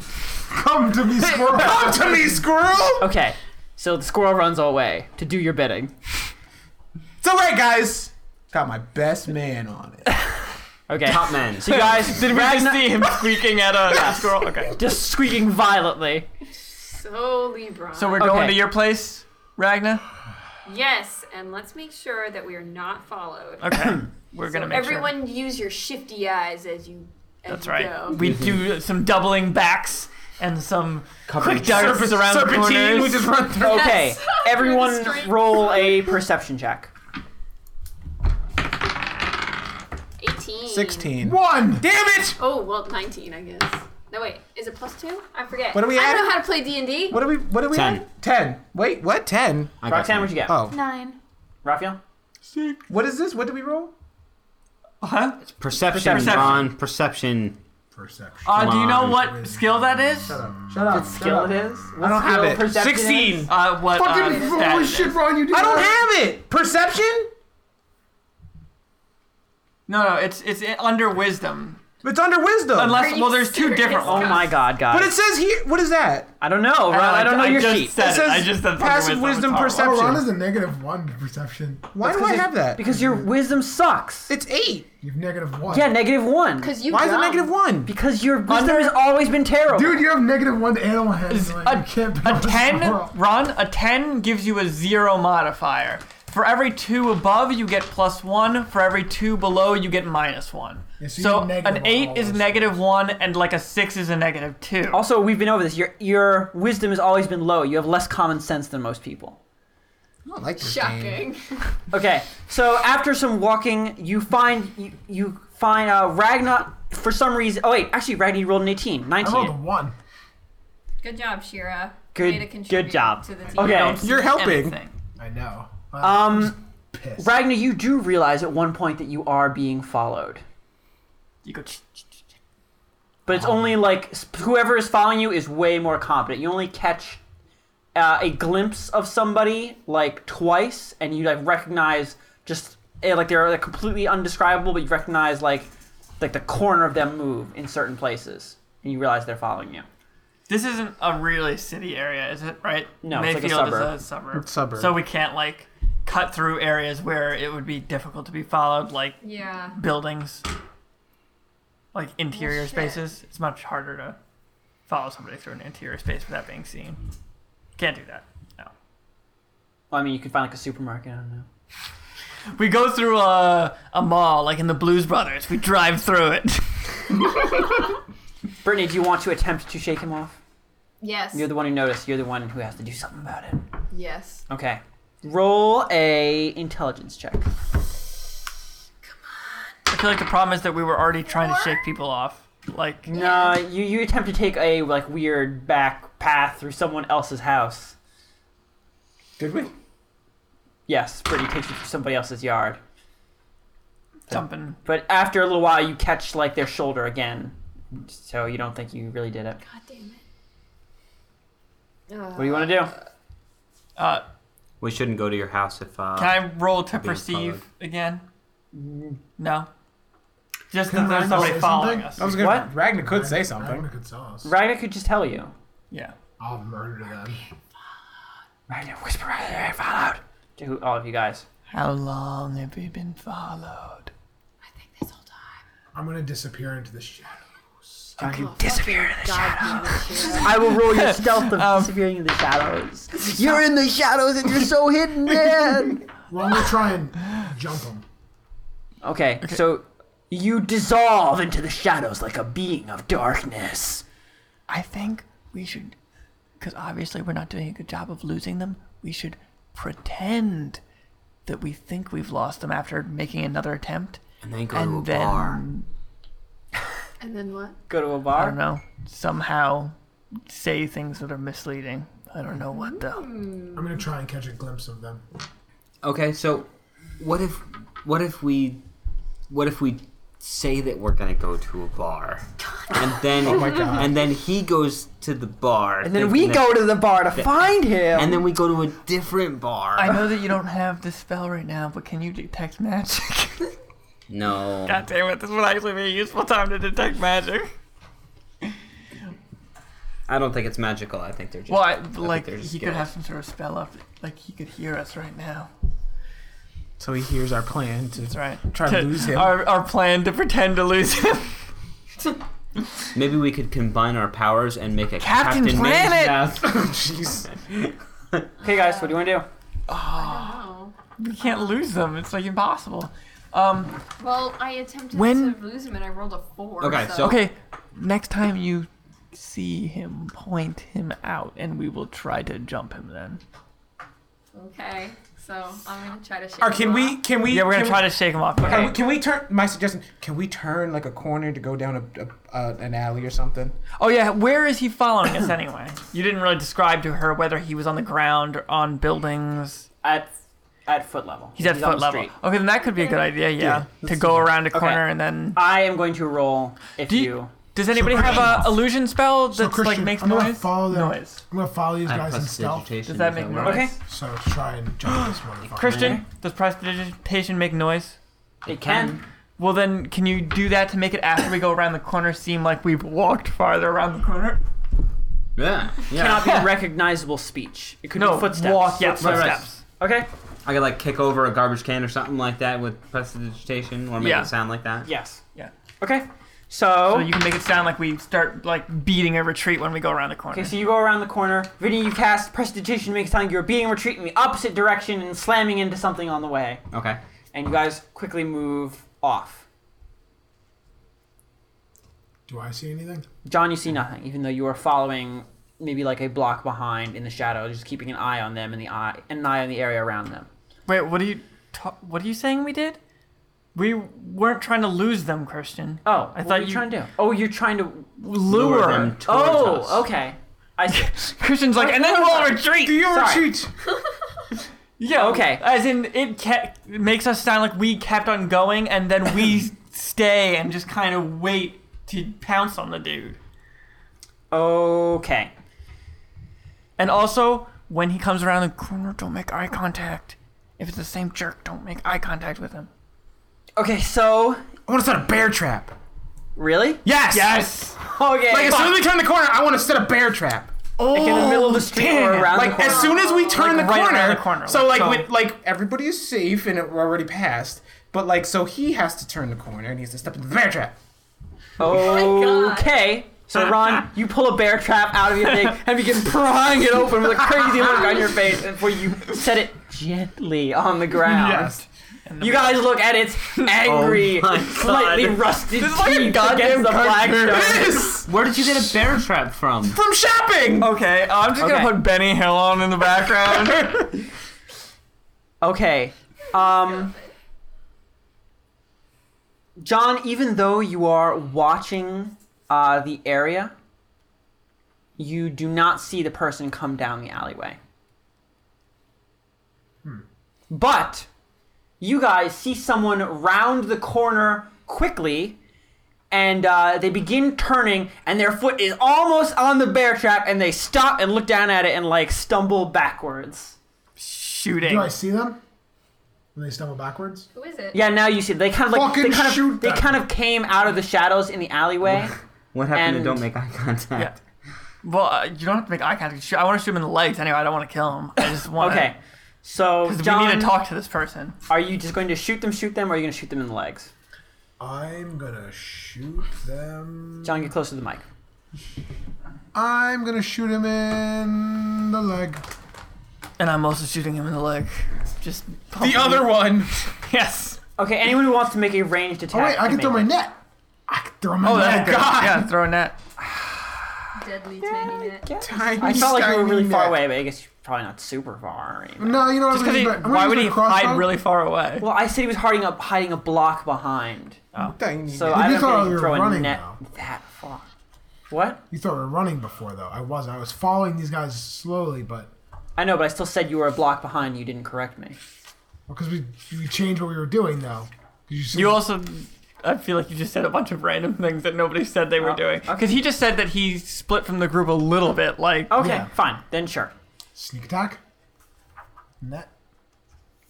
S3: Come to me, squirrel.
S5: Come to me, squirrel.
S1: Okay. So the squirrel runs away to do your bidding.
S5: It's all right, guys. Got my best man on it.
S1: Okay.
S2: Top man.
S1: So you guys,
S6: Did we
S1: Ragnar-
S6: just see him squeaking at a squirrel? Okay.
S1: just squeaking violently.
S4: So Libra.
S6: So we're going
S1: Okay.
S6: to your place, Ragna.
S4: yes, and let's make sure that we are not followed.
S6: Okay. We're gonna
S4: So
S6: make sure.
S4: everyone use your shifty eyes as you. As
S6: That's
S4: you
S6: right.
S4: Go.
S6: We
S1: Mm-hmm.
S6: do some doubling backs and some quick darts around the
S5: Serpentine,
S6: corners.
S5: we just run through.
S1: Okay, everyone
S4: street.
S1: roll a perception check.
S4: 18.
S5: One. Damn it!
S4: Oh well, 19, I guess. No wait, is it plus two? I forget.
S5: What are we
S4: I
S5: at?
S4: don't know how to play D and D.
S5: What are we? What are we?
S2: Ten.
S5: at? Ten. Wait, what? Ten.
S2: I got
S1: Roxanne, what'd you get?
S5: Oh,
S7: Nine.
S1: Raphael?
S5: what is this? What did we roll?
S6: Huh?
S2: Perception,
S6: Perception.
S2: Ron. Perception.
S3: Perception.
S6: Uh, do you know
S2: on.
S6: what skill that is?
S3: Shut up.
S1: What skill it is? What
S5: I don't have
S1: skill
S5: it.
S1: perception is? Oh
S5: Sixteen.
S6: Uh, what?
S3: Fucking
S6: uh, stat
S3: holy
S6: it is.
S3: shit, Ron! You do
S5: I don't
S3: that.
S5: have it. Perception?
S6: No, no, it's it's under wisdom.
S5: It's under wisdom.
S6: Unless,
S4: Are you
S6: well, there's two
S4: serious?
S6: different
S1: Oh
S6: ones.
S1: my god, guys.
S5: but it says here. What is that?
S1: I don't know, Ron. I don't know
S6: I
S1: your
S6: just
S1: sheet.
S6: Said
S5: It
S6: it
S5: says
S6: I just said
S5: passive wisdom
S6: wisdom was horrible.
S5: perception.
S3: Oh, Ron is a negative one to perception.
S5: Why do I have that?
S1: Because your wisdom sucks.
S5: It's eight.
S3: You've negative one.
S1: Yeah, negative one.
S4: Because you.
S5: Why is it
S4: dumb.
S5: negative one?
S1: Because your wisdom has always been terrible.
S3: Dude, you have negative one to animal handling. you can't
S6: A, a
S3: balance the
S6: ten,
S3: world.
S6: Ron. A ten gives you a zero modifier. For every two above, you get plus one. For every two below, you get minus one.
S3: so
S6: so
S3: you're negative
S6: an
S3: on
S6: eight
S3: all
S6: is
S3: those.
S6: negative one, and like a six is a negative two.
S1: also, we've been over this. Your your wisdom has always been low. You have less common sense than most people.
S5: I don't like this game.
S4: Shocking.
S1: Okay, so after some walking, you find you, you find uh, Ragna for some reason. Oh wait, actually, Ragna you rolled an 18,
S3: I
S1: 19.
S3: rolled a one.
S4: Good job, Shira.
S1: Good-
S4: Way to
S1: good
S4: contribute
S1: job.
S4: To the team.
S1: Okay.
S6: Don't see
S5: You're helping.
S6: anything.
S3: I know.
S1: Um,
S3: pissed.
S1: Ragna, you do realize at one point that you are being followed,
S6: You go. "Ch- ch- ch- ch-."
S1: but it's only like sp- whoever is following you is way more competent. You only catch uh, a glimpse of somebody like twice, and you like recognize just eh, like they're like, completely undescribable, but you recognize like like the corner of them move in certain places, and you realize they're following you.
S6: This isn't a really city area, is it? Right?
S1: No, it's like a
S6: Mayfield
S1: suburb.
S6: is a suburb.
S5: It's suburb.
S6: So we can't like cut through areas where it would be difficult to be followed, like
S4: Yeah.
S6: buildings, like interior
S4: shit.
S6: spaces. It's much harder to follow somebody through an interior space without being seen. Can't do that. No.
S1: Well, I mean, you could find like a supermarket. I don't know.
S6: We go through a, a mall, like in the Blues Brothers. We drive through it.
S1: Brittany, do you want to attempt to shake him off?
S4: Yes.
S1: You're the one who noticed. You're the one who has to do something about it.
S4: Yes.
S1: Okay. Roll a intelligence check.
S6: I feel like the problem is that we were already trying to shake people off. Like,
S1: No, you you attempt to take a like weird back path through someone else's house.
S5: Did we?
S1: Yes, Brittany takes you through somebody else's yard.
S6: something.
S1: But after a little while, you catch like their shoulder again, so you don't think you really did it.
S4: God damn it. Uh,
S1: What do you want to do?
S6: Uh,
S2: We shouldn't go to your house if. Uh,
S6: can I roll to
S2: Being
S6: perceive
S2: followed.
S6: again? No. Just
S3: Can
S6: that there's
S3: Ragnar
S6: somebody
S3: say
S6: following
S3: something?
S6: us.
S5: I was gonna.
S1: What?
S5: Ragnar could say something.
S3: Ragnar could tell us.
S1: Ragnar could just tell you.
S6: Yeah.
S3: I'll murder them.
S1: Ragnar, whisper, Ragnar, followed to all of you guys.
S6: How long have we been followed?
S4: I think this whole time.
S3: I'm gonna disappear into the shadow.
S1: Disappear in the
S4: God damn it, Shira.
S1: I will roll your stealth of disappearing in the shadows. You're in the shadows and you're so hidden, man.
S3: Well, I'm gonna try and jump him.
S1: Okay, so you dissolve into the shadows like a being of darkness.
S6: I think we should, because obviously we're not doing a good job of losing them, we should pretend that we think we've lost them after making another attempt.
S2: And then go to a
S6: and then,
S2: bar.
S4: And then what?
S1: Go to a
S6: I don't
S1: bar.
S6: know, somehow say things that are misleading. I don't know what
S4: Hmm.
S6: the.
S3: I'm gonna try and catch a glimpse of them.
S2: Okay, so what if what if we what if we say that we're gonna go to a bar, and then
S6: Oh
S2: and then he goes to the bar,
S1: And then we go to the bar to find him.
S2: and then we go to a different bar.
S6: I know that you don't have the spell right now, but can you detect magic?
S2: no,
S6: God damn it, this would actually be a useful time to detect magic.
S2: I don't think it's magical. I think they're just
S6: Well, I,
S2: think
S6: like
S2: they're just
S6: he could
S2: skills.
S6: have some sort of spell up, like he could hear us right now.
S5: So he hears our plan to
S6: That's right.
S5: try to lose him.
S6: Our, our plan to pretend to lose him.
S2: Maybe we could combine our powers and make a
S6: Captain Planet!
S2: Planet.
S5: Jeez.
S1: Okay, guys, what do you want to do?
S4: Oh.
S6: we can't lose them. It's like impossible. Um,
S4: Well, I attempted
S6: When-
S4: to lose him and I rolled a four.
S2: Okay, so-
S6: okay, next time you see him, point him out, and we will try to jump him then.
S4: Okay, so I'm gonna try to shake.
S5: Or can
S4: him
S5: we?
S4: off.
S5: Can we?
S6: Yeah, we're
S5: can
S6: gonna
S5: we-
S6: try to shake him off.
S5: Can
S6: Okay.
S5: we, can we turn my suggestion? Can we turn like a corner to go down a, a, a an alley or something?
S6: Oh yeah, where is he following us anyway? You didn't really describe to her whether he was on the ground or on buildings.
S1: At at foot level.
S6: He's at
S1: on
S6: foot
S1: the
S6: level.
S1: street.
S6: Okay, then that could be a good idea. Yeah, to go around a corner and then.
S1: I am going to roll if
S6: Do
S1: you,
S6: you- Does anybody have a
S3: Christian-
S6: illusion spell that's like
S3: Christian,
S6: makes
S3: I'm gonna
S6: noise?
S3: follow them.
S6: Noise.
S3: I'm gonna follow these guys in
S2: Plus
S3: stealth.
S2: digitation,
S6: Does that
S2: does
S6: make
S2: work?
S6: noise?
S1: Okay.
S3: So let's try and jump this motherfucker.
S6: Christian,
S1: Mm-hmm.
S6: does prestidigitation make noise?
S1: It can.
S6: Well, then, can you do that to make it after we go around the corner seem like we've walked farther around the corner?
S2: Yeah. yeah.
S1: Cannot be recognizable speech. It could
S6: No,
S1: be footsteps.
S6: walk. Yeah,
S2: Right, right.
S6: footsteps.
S1: Okay.
S2: I could like kick over a garbage can or something like that with prestidigitation, or make
S6: Yeah.
S2: it sound like that.
S1: Yes.
S6: Yeah.
S1: Okay. So.
S6: So you can make it sound like we start like beating a retreat when we go around the corner.
S1: Okay, so you go around the corner. Vinny, you cast Prestidigitation to make it sound like you're being retreating the opposite direction and slamming into something on the way.
S2: Okay.
S1: And you guys quickly move off.
S3: Do I see anything?
S1: John, you see nothing, even though you are following maybe like a block behind in the shadow, just keeping an eye on them and the eye and an eye on the area around them.
S6: Wait, what are you? Ta- what are you saying we did? We weren't trying to lose them, Christian.
S1: Oh,
S6: I
S1: what
S6: thought
S1: are you,
S6: you-
S1: trying to do. Oh, you're trying to.
S6: Lure.
S2: Lure them towards us.
S1: Oh, okay. I see.
S6: Christian's like, and then you all retreat.
S5: Do you
S1: Sorry.
S5: retreat?
S6: yeah,
S1: okay.
S6: As in, it ca- it makes us sound like we kept on going, and then we stay and just kind of wait to pounce on the dude.
S1: okay.
S6: And also, when he comes around the corner, don't make eye contact. If it's the same jerk, don't make eye contact with him.
S1: Okay, so
S5: I want to set a bear trap.
S1: really?
S5: Yes.
S6: Yes.
S1: Okay.
S5: Like as soon
S1: fuck.
S5: as we turn the corner, I want to set a bear trap. Oh,
S1: Like, in the middle of the street or around
S5: like
S1: the corner.
S5: as soon as we turn
S6: Like,
S5: the,
S6: right
S5: corner,
S6: around the corner,
S5: so like
S6: like, so-
S5: with like everybody is safe and it, we're already past. But like so he has to turn the corner and he has to step into the bear trap.
S4: Oh my God.
S1: Okay. So Ron, you pull a bear trap out of your thing and begin prying it open with a crazy look on your face before you set it gently on the ground. You guys look at its angry,
S2: Oh my
S1: slightly
S2: God.
S1: rusted
S6: is like a
S1: teeth
S6: goddamn
S1: against the
S5: It
S1: flagstone.
S5: is
S2: Where did you get a bear trap from?
S5: from shopping.
S6: Okay, uh, I'm just
S1: gonna
S6: gonna
S1: Okay.
S6: put Benny Hill on in the background.
S1: Okay. Um. John, even though you are watching uh, the area, you do not see the person come down the alleyway. But you guys see someone round the corner quickly, and uh, they begin turning, and their foot is almost on the bear trap, and they stop and look down at it and like stumble backwards.
S6: Shooting.
S3: Do I see them? When they stumble backwards?
S4: Who is it?
S1: Yeah, now you see. They kind of like they
S3: Fucking
S1: kind of
S3: shoot
S1: they
S3: them.
S1: kind of came out of the shadows in the alleyway.
S2: What
S1: And-
S2: happened to don't make eye
S6: Yeah.
S2: contact?
S6: Well, uh, you don't have to make eye contact. Shoot- I want to shoot him in the legs anyway. I don't want to kill him. I just want.
S1: Okay, so
S6: Because
S1: John,
S6: we need to talk to this person.
S1: are you just going to shoot them, shoot them, or are you going to shoot them in the legs?
S3: I'm gonna shoot them.
S1: John, get close to the mic.
S3: I'm gonna shoot him in the leg.
S6: And I'm also shooting him in the leg. Just
S5: The other one.
S6: Yes.
S1: Okay, anyone who wants to make a ranged
S3: Oh
S1: attack.
S3: wait, I can
S1: make
S3: throw my
S1: it.
S3: net. I can throw my
S6: Oh,
S3: net.
S6: that's good. Yeah, throw a net.
S4: Deadly tiny net.
S1: Yes.
S5: Tiny,
S1: I felt like we were really
S5: tiny
S1: far
S5: net.
S1: away, but I guess you're probably not super far. you know.
S3: No, you know what?
S6: Just because
S3: I'm gonna
S6: he,
S3: use my- I'm
S6: why
S3: gonna
S6: would
S3: use
S6: he
S3: my crossbow.
S6: hide really far away?
S1: Well, I said he was hiding up, hiding a block behind.
S5: Tiny
S1: So
S5: net.
S1: I
S3: you
S1: don't
S3: thought
S1: think
S3: we
S1: you
S3: were
S1: throw a
S3: running
S1: net
S3: now.
S1: that far. What?
S3: You thought we were running before, though. I wasn't. I was following these guys slowly, but
S1: I know, but I still said you were a block behind. You didn't correct me.
S3: because we we changed what we were doing, though. 'Cause You, said-
S6: You also, I feel like you just said a bunch of random things that nobody said they were
S1: Oh,
S6: doing.
S1: okay.
S6: Because he just said that he split from the group a little bit. Like,
S1: Okay,
S3: Yeah.
S1: fine. Then sure.
S3: sneak attack. Net.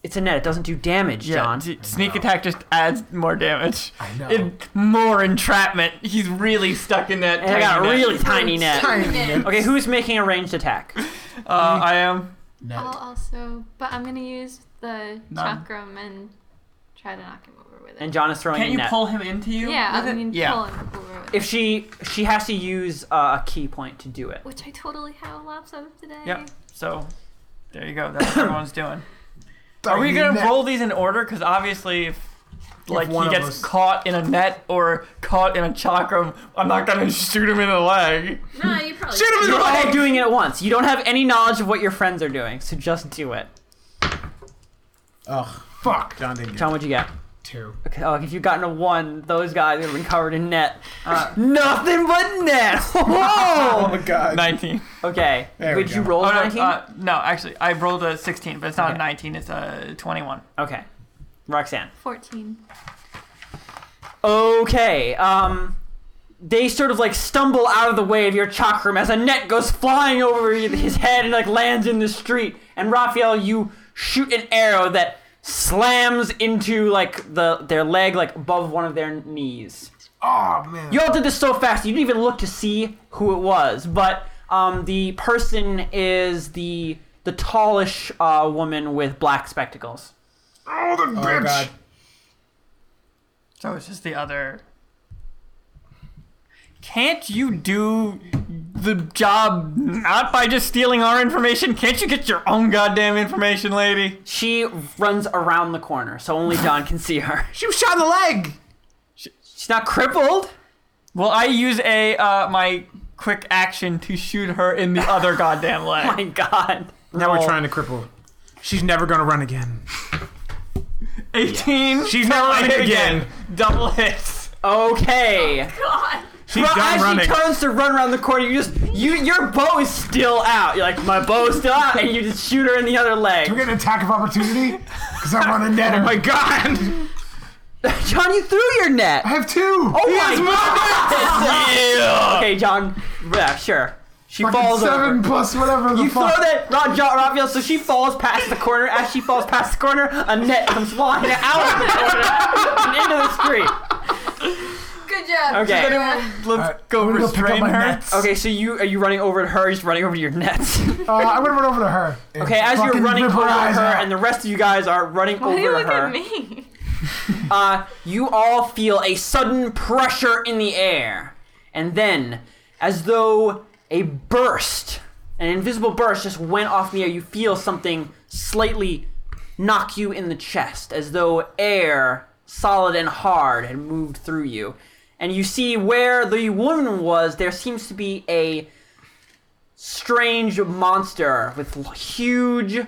S1: It's a net. It doesn't do damage,
S6: yeah,
S1: John.
S6: d- sneak attack just adds more damage.
S3: I know.
S6: It, more entrapment. He's really stuck in that.
S1: And I
S6: tiny
S1: got a
S6: net.
S1: really tiny net.
S3: Tiny net.
S1: Okay, who's making a ranged attack?
S6: Uh, I am.
S7: I'll
S5: Net.
S7: also, but I'm gonna use the
S6: None.
S7: chakram and try to knock him over with it.
S1: And John is throwing
S6: Can't
S1: a
S6: you
S1: net.
S6: pull him into you?
S7: yeah,
S6: with
S7: I
S6: it?
S7: mean,
S6: yeah.
S7: pull him over with
S1: if
S7: it.
S1: she she has to use uh, a key point to do it.
S7: Which I totally have laps of today.
S6: Yep. So there you go. That's what everyone's doing.
S3: I
S6: Are we
S3: need
S6: gonna
S3: net.
S6: roll these in order? Because obviously, if like
S3: one
S6: he
S3: of
S6: gets
S3: us-
S6: caught in a net or caught in a chakram, I'm not gonna shoot him in the leg.
S4: No, you probably.
S6: Shoot him in
S1: You're
S6: the
S1: all
S6: leg.
S1: doing it at once. You don't have any knowledge of what your friends are doing, so just do it.
S5: Ugh.
S3: Fuck.
S5: John didn't get
S1: John, what'd you get?
S3: Two.
S1: Okay, oh, if you've gotten a one, those guys would have been covered in net. Uh, Nothing but net.
S5: Oh
S1: Whoa.
S5: my god.
S6: 19.
S1: okay.
S5: There we
S1: Would you
S5: go.
S1: roll
S6: Oh,
S1: a
S6: no,
S1: 19?
S6: uh, no, actually, I rolled a 16, but it's not
S1: Okay.
S6: a 19, it's a 21.
S1: okay. Roxanne.
S7: 14.
S1: Okay. Um they sort of like stumble out of the way of your chakram as a net goes flying over his head and like lands in the street. And Raphael, you shoot an arrow that slams into like the their leg like above one of their knees.
S3: Oh man.
S1: You all did this so fast, you didn't even look to see who it was. But um, the person is the the tallish uh, woman with black spectacles.
S3: oh the
S5: Oh
S3: bitch.
S5: god.
S6: So it's just the other. Can't you do the job not by just stealing our information? Can't you get your own goddamn information, lady?
S1: She runs around the corner, so only John can see her.
S5: She was shot in the leg.
S1: She's not crippled.
S6: Well, I use a uh, my quick action to shoot her in the other goddamn
S1: My
S6: leg.
S1: God.
S5: Now
S1: Roll.
S5: we're trying to cripple. her. She's never gonna run again.
S6: 18.
S5: She's never running
S6: hit
S5: again.
S6: Double hits.
S1: Okay.
S4: God.
S5: She's
S1: Well,
S5: done
S1: as
S5: running.
S1: she turns to run around the corner, you just you your bow is still out. You're like my bow's still out, and you just shoot her in the other
S3: Do we
S1: leg.
S3: get an attack of opportunity? Because I'm running net.
S5: oh my god.
S1: John, you threw your net.
S3: I have two.
S1: Oh
S5: Yes,
S1: my God.
S6: Yeah.
S1: Okay, John. Yeah, sure. She
S3: Fucking
S1: falls
S3: seven
S1: over.
S3: plus whatever the
S1: You throw
S3: fuck.
S1: that Ra- Ja- Raphael, so she falls past the corner. As she falls past the corner, a net comes flying out of the corner and into the street.
S4: Good job.
S1: Okay.
S4: Jordan.
S6: Let's go
S3: I'm gonna go pick up
S6: restrain
S3: my
S6: her.
S3: nets.
S1: Okay, so you are you running over to her? Or you just running over to your nets.
S3: Uh, I'm gonna run over to her. and
S1: Okay, as you're
S3: fucking
S1: running
S3: rip
S1: over to
S3: eyes
S1: her,
S3: out.
S1: and the rest of you guys are running
S7: Why do you
S1: over to
S7: look
S1: her.
S7: at me?
S1: uh, you all feel a sudden pressure in the air. And then, as though a burst, an invisible burst just went off in the air, you feel something slightly knock you in the chest, as though air, solid and hard, had moved through you. And you see where the woman was, there seems to be a strange monster with l- huge,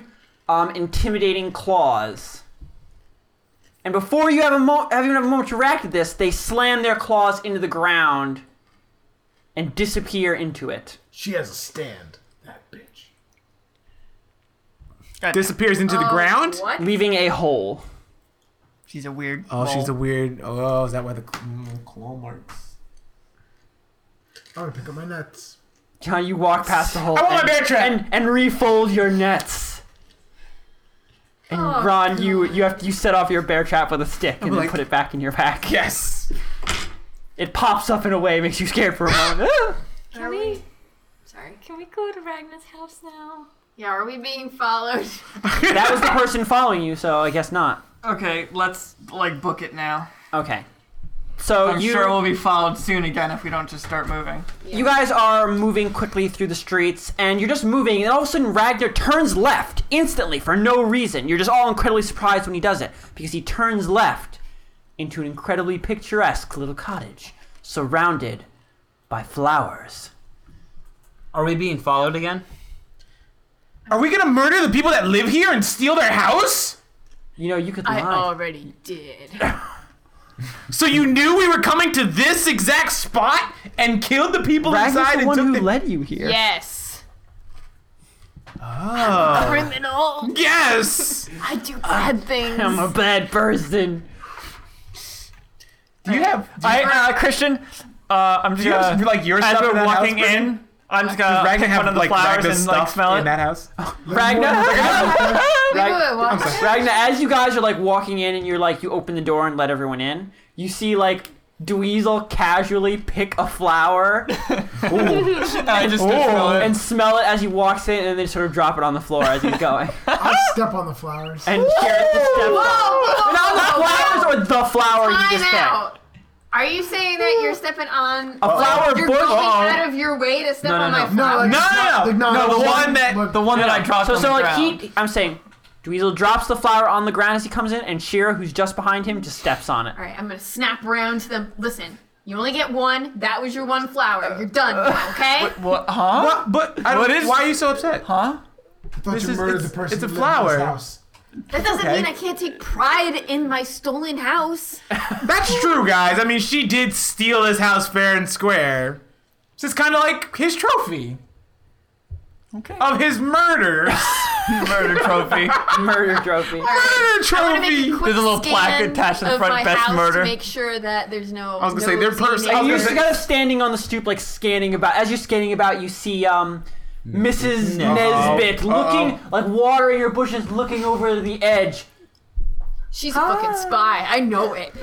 S1: um, intimidating claws. And before you have a mo- have even have a moment to react to this, they slam their claws into the ground and disappear into it.
S3: She has a stand. That bitch.
S5: Disappears into the ground.
S4: What?
S1: Leaving a hole.
S6: She's a weird.
S5: Oh, she's a
S6: mole.
S5: weird. Oh, is that why the mm, claw marks?
S3: I'm gonna pick up my nets.
S1: John, you walk past the hole
S5: want my
S1: and,
S5: bear trap!
S1: and and refold your nets. And
S4: Oh,
S1: Ron, you you have you set off your bear trap with a stick and then
S5: like-
S1: put it back in your pack.
S5: Yes.
S1: It pops up in a way, makes you scared for a moment. Ah!
S7: Can we,
S4: Sorry.
S7: can we go to Ragnar's house now?
S4: Yeah, are we being followed?
S1: that was the person following you, so I guess not.
S6: Okay, let's like book it now.
S1: Okay. So
S6: I'm
S1: you
S6: sure we'll be followed soon again if we don't just start moving.
S1: You guys are moving quickly through the streets, and you're just moving, and all of a sudden Ragnar turns left instantly for no reason. You're just all incredibly surprised when he does it, because he turns left into an incredibly picturesque little cottage surrounded by flowers.
S2: Are we being followed again?
S5: Are we gonna murder the people that live here and steal their house?
S1: You know, you could
S4: I oh,
S1: lie.
S4: already did.
S5: So you knew we were coming to this exact spot and killed the people
S1: Ragnar's
S5: inside
S1: the
S5: and
S1: one
S5: took
S1: who
S5: the.
S1: led you here.
S4: Yes.
S5: oh.
S8: Ah.
S4: Criminal.
S5: Yes.
S4: I do bad things.
S1: I'm a bad person.
S5: Do you have? Do you,
S6: I, uh, Christian, uh, I'm just
S5: do you
S6: gonna.
S5: have like your
S6: as
S5: stuff in
S6: we're
S5: that
S6: walking
S5: house, Brendan?
S6: in, I'm just
S8: uh,
S6: gonna
S5: Does Ragnar
S6: pick
S5: have
S6: one of the
S5: like
S6: flowers
S5: Ragnar's
S6: and
S5: stuff
S6: like smell
S5: in
S6: it.
S5: that house?
S1: Ragnar!
S4: Wait,
S1: Rag-
S4: wait, what?
S1: Ragnar, as you guys are like walking in and you're like you open the door and let everyone in, you see like Dweezil casually pick a flower
S6: And I just
S8: Oh.
S6: could smell it.
S1: and smell it as he walks in, and then sort of drop it on the floor as he's going.
S3: I step on the flowers.
S1: And Jared just steps on.
S4: Whoa,
S1: Not the flowers or the
S6: Oh,
S1: flower you
S4: time
S1: just picked.
S4: out. Are you saying that you're stepping on?
S1: A flower
S4: You're
S1: bush.
S4: going
S8: Oh.
S1: Uh-oh.
S4: out of your way to step
S1: No, no,
S4: on my
S1: no.
S4: flower.
S6: No,
S3: Not-
S6: no,
S3: like,
S6: no,
S3: not
S6: no.
S3: a
S6: The
S3: one,
S6: one that
S3: like-
S6: the one that I dropped
S1: So,
S6: on
S1: so
S6: the
S1: like
S6: ground.
S1: he, I'm saying, Dweezil drops the flower on the ground as he comes in, and Shira, who's just behind him, just steps on it.
S4: All right, I'm gonna snap around to them. Listen, you only get one. That was your one flower. You're done. now, Okay.
S6: What? Huh?
S8: Uh, What? But I don't,
S6: What is-
S8: why are you so upset?
S6: Huh?
S3: I thought
S8: This
S3: you
S8: is-
S3: murdered
S8: it's-
S3: the person.
S8: it's a
S3: who lived in this
S8: flower.
S3: house.
S4: That doesn't
S8: okay.
S4: mean I can't take pride in my stolen house.
S8: That's true, guys. I mean, she did steal his house fair and square. This is kind of like his trophy
S6: Okay.
S8: of his murder.
S6: murder trophy.
S1: Murder trophy.
S8: murder
S4: I'm gonna
S8: trophy.
S4: make a quick
S6: There's a little
S4: scan
S6: plaque attached to the
S4: of
S6: front,
S4: my
S6: best
S4: house
S6: murder.
S4: To make sure that there's no.
S8: I was gonna
S4: no
S8: say, their
S4: zany
S8: person- I was
S1: And
S8: gonna
S1: you're just
S8: say-
S1: kind of standing on the stoop, like scanning about. As you're scanning about, you see um, Mrs. Nesbit looking, like watering her bushes, looking over the edge.
S4: She's a
S8: Ah.
S4: fucking spy. I know it.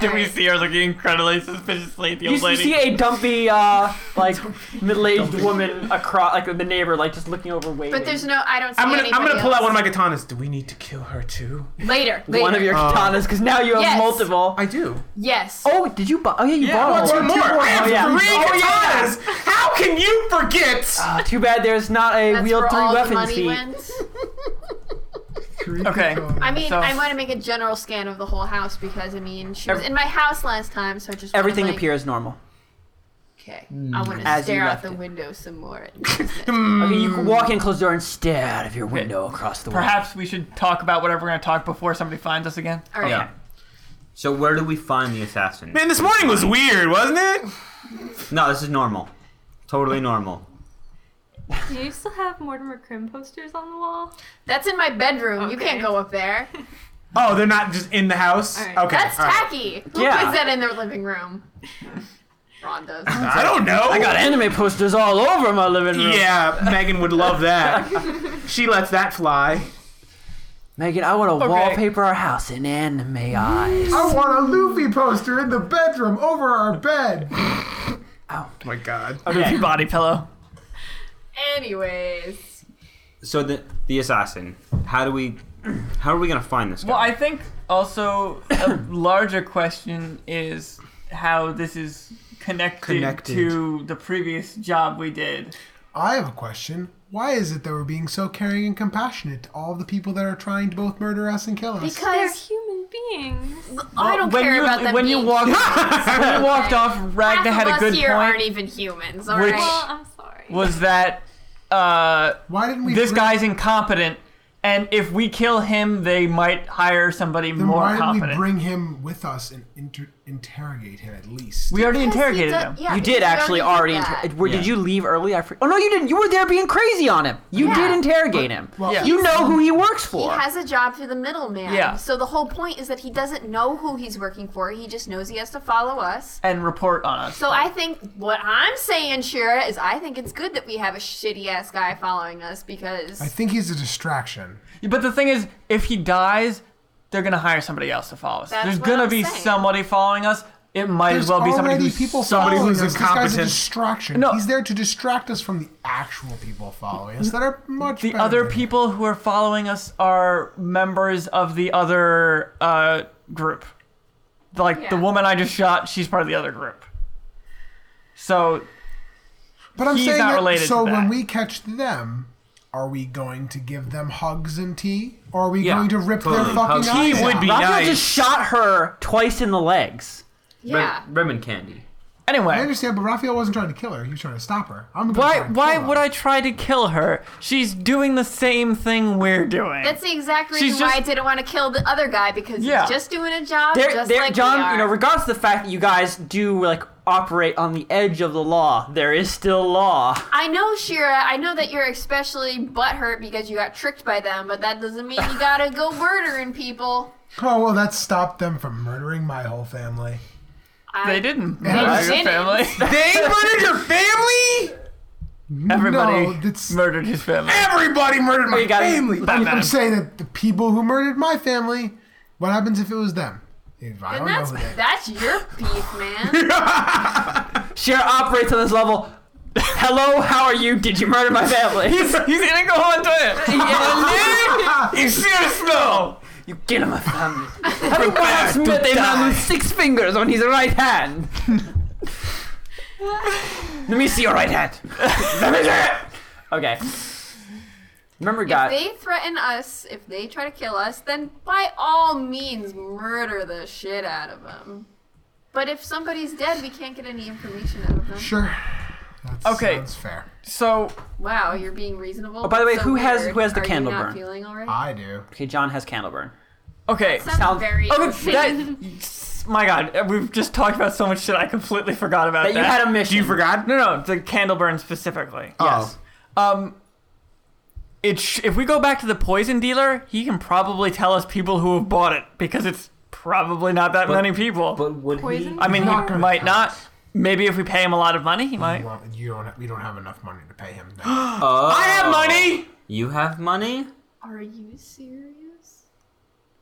S6: Did we see her looking incredibly suspiciously at the
S1: You,
S6: old
S1: s- you
S6: lady?
S1: see a dumpy, uh, like middle-aged woman across, like the neighbor, like just looking over, waiting.
S4: But there's no. I don't. See
S8: I'm gonna, I'm gonna
S4: anybody
S8: pull out
S4: else.
S8: one of my katanas. Do we need to kill her too?
S4: Later. later.
S1: one of your katanas, because now you have
S4: Yes.
S1: multiple.
S8: I do.
S4: Yes.
S1: oh, did you buy? Oh yeah, you
S6: Yeah,
S1: bought
S6: well,
S8: Two
S1: one.
S8: more. I have
S1: Oh, yeah.
S8: three
S1: Oh, yeah.
S8: katanas. How can you forget?
S1: Uh, too bad there's not a
S4: That's
S1: wield
S4: where
S1: three
S4: all the
S1: weapons
S4: money
S1: feat.
S4: went.
S6: okay.
S4: I mean,
S6: So-
S4: I want to make a general scan of the whole house because I mean, she was
S1: Every-
S4: in my house last time, so I just wanna,
S1: Everything
S4: like,
S1: appears normal.
S4: Okay, I want to
S1: As you
S4: stare
S1: left
S4: out the
S1: it.
S4: window some more. At
S1: Okay, you can walk in, close the door, and stare out of your window
S8: Mm.
S1: across the way.
S6: Perhaps we should talk about whatever we're gonna talk before somebody finds us again.
S4: All right,
S2: Yeah. So where do we find the assassin?
S8: Man, this morning was weird, wasn't it?
S2: No, this is normal. Totally normal.
S7: Do you still have Mortimer Crim posters on the wall?
S4: that's in my bedroom. You can't
S7: Okay.
S4: go up there.
S8: Oh, they're not just in the house.
S7: All right.
S8: Okay.
S4: That's
S8: all right.
S4: tacky. Who
S1: Yeah.
S4: puts that in their living room? Ron does.
S8: I don't know.
S1: I got anime posters all over my living room.
S8: Yeah, Megan would love that. she lets that fly.
S1: Megan, I want to
S6: Okay.
S1: wallpaper our house in anime eyes.
S3: I want a Luffy poster in the bedroom over our bed.
S8: Oh my god.
S6: Okay. Body pillow.
S4: Anyways,
S2: So the the assassin. How do we? How are we gonna find this guy?
S6: Well, I think also a larger question is how this is connected,
S8: Connected.
S6: to the previous job we did.
S3: I have a question. Why is it that we're being so caring and compassionate to all the people that are trying to both murder us and kill us?
S7: They're
S4: because
S7: human beings.
S4: I don't
S6: when
S4: care
S6: you,
S4: about them.
S6: when you
S4: being
S6: walked when you walked off,
S4: half
S6: Ragna
S4: of
S6: had a
S4: us
S6: good
S4: here aren't
S6: point.
S4: even humans. All
S6: which-
S7: Well,
S4: right.
S7: I'm sorry.
S6: Was that uh,
S3: Why didn't we?
S6: this
S3: bring-
S6: guy's incompetent, and if we kill him, they might hire somebody
S3: Then
S6: more
S3: why didn't we
S6: competent.
S3: bring him with us and inter- interrogate him at least?
S6: we already interrogated
S4: Because he
S6: him.
S4: do- yeah,
S1: You did actually already.
S4: did
S1: Inter-
S4: that.
S1: where did you leave early? I fre- oh no, you didn't. You were there being crazy on him. You
S4: Yeah.
S1: did interrogate him.
S6: Yeah.
S1: You know who he works
S4: He
S1: for.
S4: has a job through the middleman.
S6: Yeah.
S4: So the whole point is that he doesn't know who he's working for. He just knows he has to follow us.
S6: and report on us.
S4: So I think what I'm saying, Shira, is I think it's good that we have a shitty ass guy following us because
S3: I think he's a distraction.
S6: But the thing is, if he dies, they're gonna hire somebody else to follow us.
S4: That's
S6: There's
S4: what
S6: gonna
S4: I'm
S6: be
S4: saying.
S6: somebody following us. It might
S3: There's
S6: as well be somebody
S3: already
S6: who's
S3: people
S6: somebody
S3: following
S8: who's
S3: us. This guy's a
S8: incompetent.
S3: distraction.
S6: No.
S3: He's there to distract us from the actual people following us that are much
S6: the
S3: better
S6: other
S3: than-
S6: people who are following us are members of the other uh, group. Like the
S4: Yeah.
S6: woman I just shot, she's part of the other group. So
S3: But I'm
S6: he's
S3: saying
S6: not
S3: that-
S6: related
S3: so
S6: to that.
S3: when we catch them, are we going to give them hugs and tea? Or are we
S2: Yeah,
S3: going to rip
S2: totally.
S3: their fucking
S2: Hugs.
S3: eyes
S8: He would
S3: out?
S8: be
S1: Rafa
S8: nice.
S1: just shot her twice in the legs.
S2: Rib-
S4: yeah.
S2: ribbon candy.
S3: I
S6: anyway,
S3: understand, but Raphael wasn't trying to kill her. He was trying to stop her. I'm gonna
S6: why
S3: try and
S6: why
S3: kill her.
S6: would I try to kill her? She's doing the same thing we're doing.
S4: That's the exact reason
S6: She's
S4: why I
S6: just-
S4: didn't want to kill the other guy because
S6: Yeah.
S4: he's just doing a job
S1: There,
S4: just
S1: there,
S4: like
S1: John.
S4: we are.
S1: You know, regardless of the fact that you guys do like operate on the edge of the law, there is still law.
S4: I know, Shira. I know that you're especially butthurt because you got tricked by them, but that doesn't mean you gotta go murdering people.
S3: Oh well, that stopped them from murdering my whole family.
S4: I,
S6: they didn't
S3: Yeah,
S6: murder
S3: they
S6: your
S4: didn't.
S6: family.
S8: They murdered your family?
S6: Everybody
S3: No, that's-
S6: murdered his family.
S8: Everybody murdered my
S1: You gotta-
S8: family.
S3: I'm saying that the people who murdered my family. What happens if it was them? If I
S4: And
S3: don't
S4: that's
S3: know who that.
S4: that's your beef, man.
S1: Shira operates on this level. Hello, how are you? Did you murder my family?
S6: He's, he's gonna go on Twitter.
S8: You serious now?
S1: you kill my family. Have you once met a man with six fingers on his right hand? Let me see your right hand. Let me see it. Okay. Remember,
S4: if
S1: guys.
S4: they threaten us, if they try to kill us, then by all means murder the shit out of them. But if somebody's dead, we can't get any information out of them.
S3: Sure. That's,
S6: Okay.
S3: That's fair.
S6: So
S4: Wow, you're being reasonable.
S1: Oh, by the way,
S4: So
S1: who has-
S4: weird.
S1: who has the
S4: Are
S1: candle
S4: you not
S1: burn?
S4: Feeling all right?
S3: I do.
S1: Okay, John has Candleburn.
S6: okay.
S4: Sounds
S1: sounds- Oh,
S4: very.
S6: Okay,
S4: insane.
S6: Oh, that, my God, we've just talked about so much shit. I completely forgot about
S1: That
S6: that.
S1: you had a mission.
S8: You forgot?
S6: no, no, the candle burn specifically.
S8: Yes.
S6: Um, it sh- if we go back to the poison dealer, he can probably tell us people who have bought it because it's probably not that many people.
S2: But would
S7: Poison?
S6: I mean, he
S3: Not gonna
S6: might
S3: tell
S6: not.
S3: us.
S6: Maybe if we pay him a lot of money, he might.
S3: Well, you don't. We don't have enough money to pay him. No.
S2: he? Oh.
S8: I have money.
S2: You have money?
S4: Are you serious?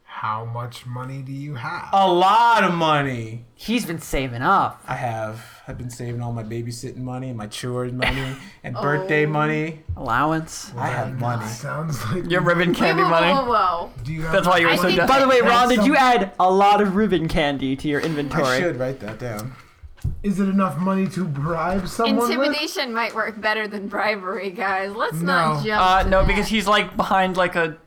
S3: How much money do you have?
S8: A
S6: Oh,
S8: lot of money.
S1: He's been saving up.
S8: I have. I've been saving all my babysitting money, and my chores money, and birthday money.
S1: Allowance.
S8: I have money.
S3: Sounds like.
S6: Your ribbon candy
S4: whoa,
S6: money.
S4: Whoa, whoa, whoa.
S3: Do you have
S6: That's why you were
S4: I
S6: so
S4: think-
S6: desperate.
S1: By the way, Ron, did
S3: some-
S1: you add a lot of ribbon candy to your
S8: I
S1: inventory?
S8: should write that down.
S3: Is it enough money to bribe someone? With?
S4: Intimidation might work better than bribery, guys. Let's not
S3: No.
S4: jump.
S6: Uh,
S4: to
S6: no,
S4: that.
S6: because he's like behind like a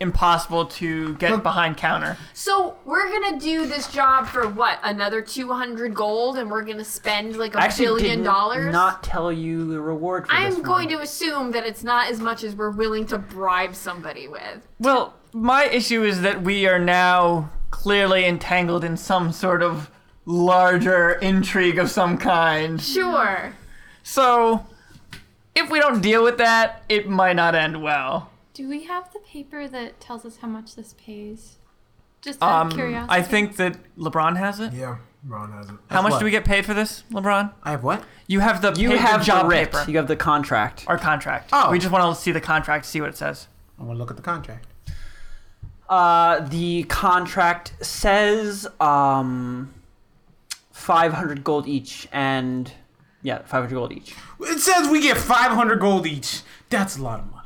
S6: impossible to get behind counter.
S4: So we're gonna do this job for what? Another two hundred gold, and we're gonna spend like a
S1: I actually
S4: billion
S1: did
S4: dollars.
S1: not tell you the reward for this one.
S4: I'm going to assume that it's not as much as we're willing to bribe somebody with.
S6: Well, my issue is that we are now clearly entangled in some sort of larger intrigue of some kind.
S4: Sure.
S6: So, if we don't deal with that, it might not end well.
S7: Do we have the paper that tells us how much this pays? Just out
S6: Um,
S7: of curiosity.
S6: I think that LeBron has it.
S3: Yeah, Ron has it.
S6: How much
S2: what?
S6: do we get paid for this, LeBron?
S2: I have what?
S6: You have the
S1: You
S6: pa- the
S1: have
S6: job
S1: the writ.
S6: paper.
S1: You have the contract.
S6: Our contract.
S2: Oh.
S6: We just want to see the contract, see what it says.
S8: I want to look at the contract.
S1: Uh, the contract says um, 500 gold each, and yeah, 500 gold each.
S8: It says we get 500 gold each. That's a lot of money.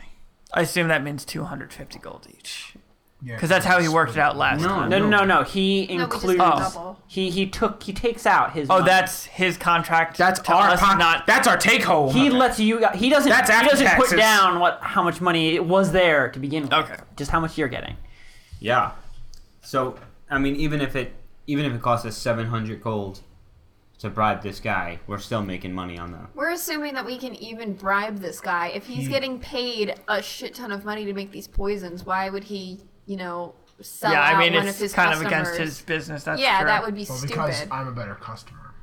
S6: I assume that means 250 gold each.
S3: Yeah.
S6: Because that's how he worked it out last time.
S1: No, no, no, no. He
S4: No, we just
S1: includes.
S4: got double.
S1: He he took he takes out his.
S6: Oh,
S1: money.
S6: that's his contract.
S8: That's
S6: to
S8: our
S6: us,
S8: pocket.
S6: not.
S8: that's our take home.
S1: He lets you. gu- He doesn't.
S8: That's
S1: he
S8: after
S1: doesn't
S8: taxes.
S1: put down what how much money it was there to begin with.
S6: Okay.
S1: Just how much you're getting.
S2: Yeah. So I mean, even if it even if it costs us 700 gold to bribe this guy, we're still making money on that.
S4: We're assuming that we can even bribe this guy. If he's getting paid a shit ton of money to make these poisons, why would he, you know, sell
S6: yeah,
S4: out
S6: I mean,
S4: one of
S6: it's
S4: his
S6: kind
S4: customers?
S6: of against his business. That's
S4: yeah,
S6: true.
S4: that would be
S3: Well,
S4: stupid.
S3: because I'm a better customer.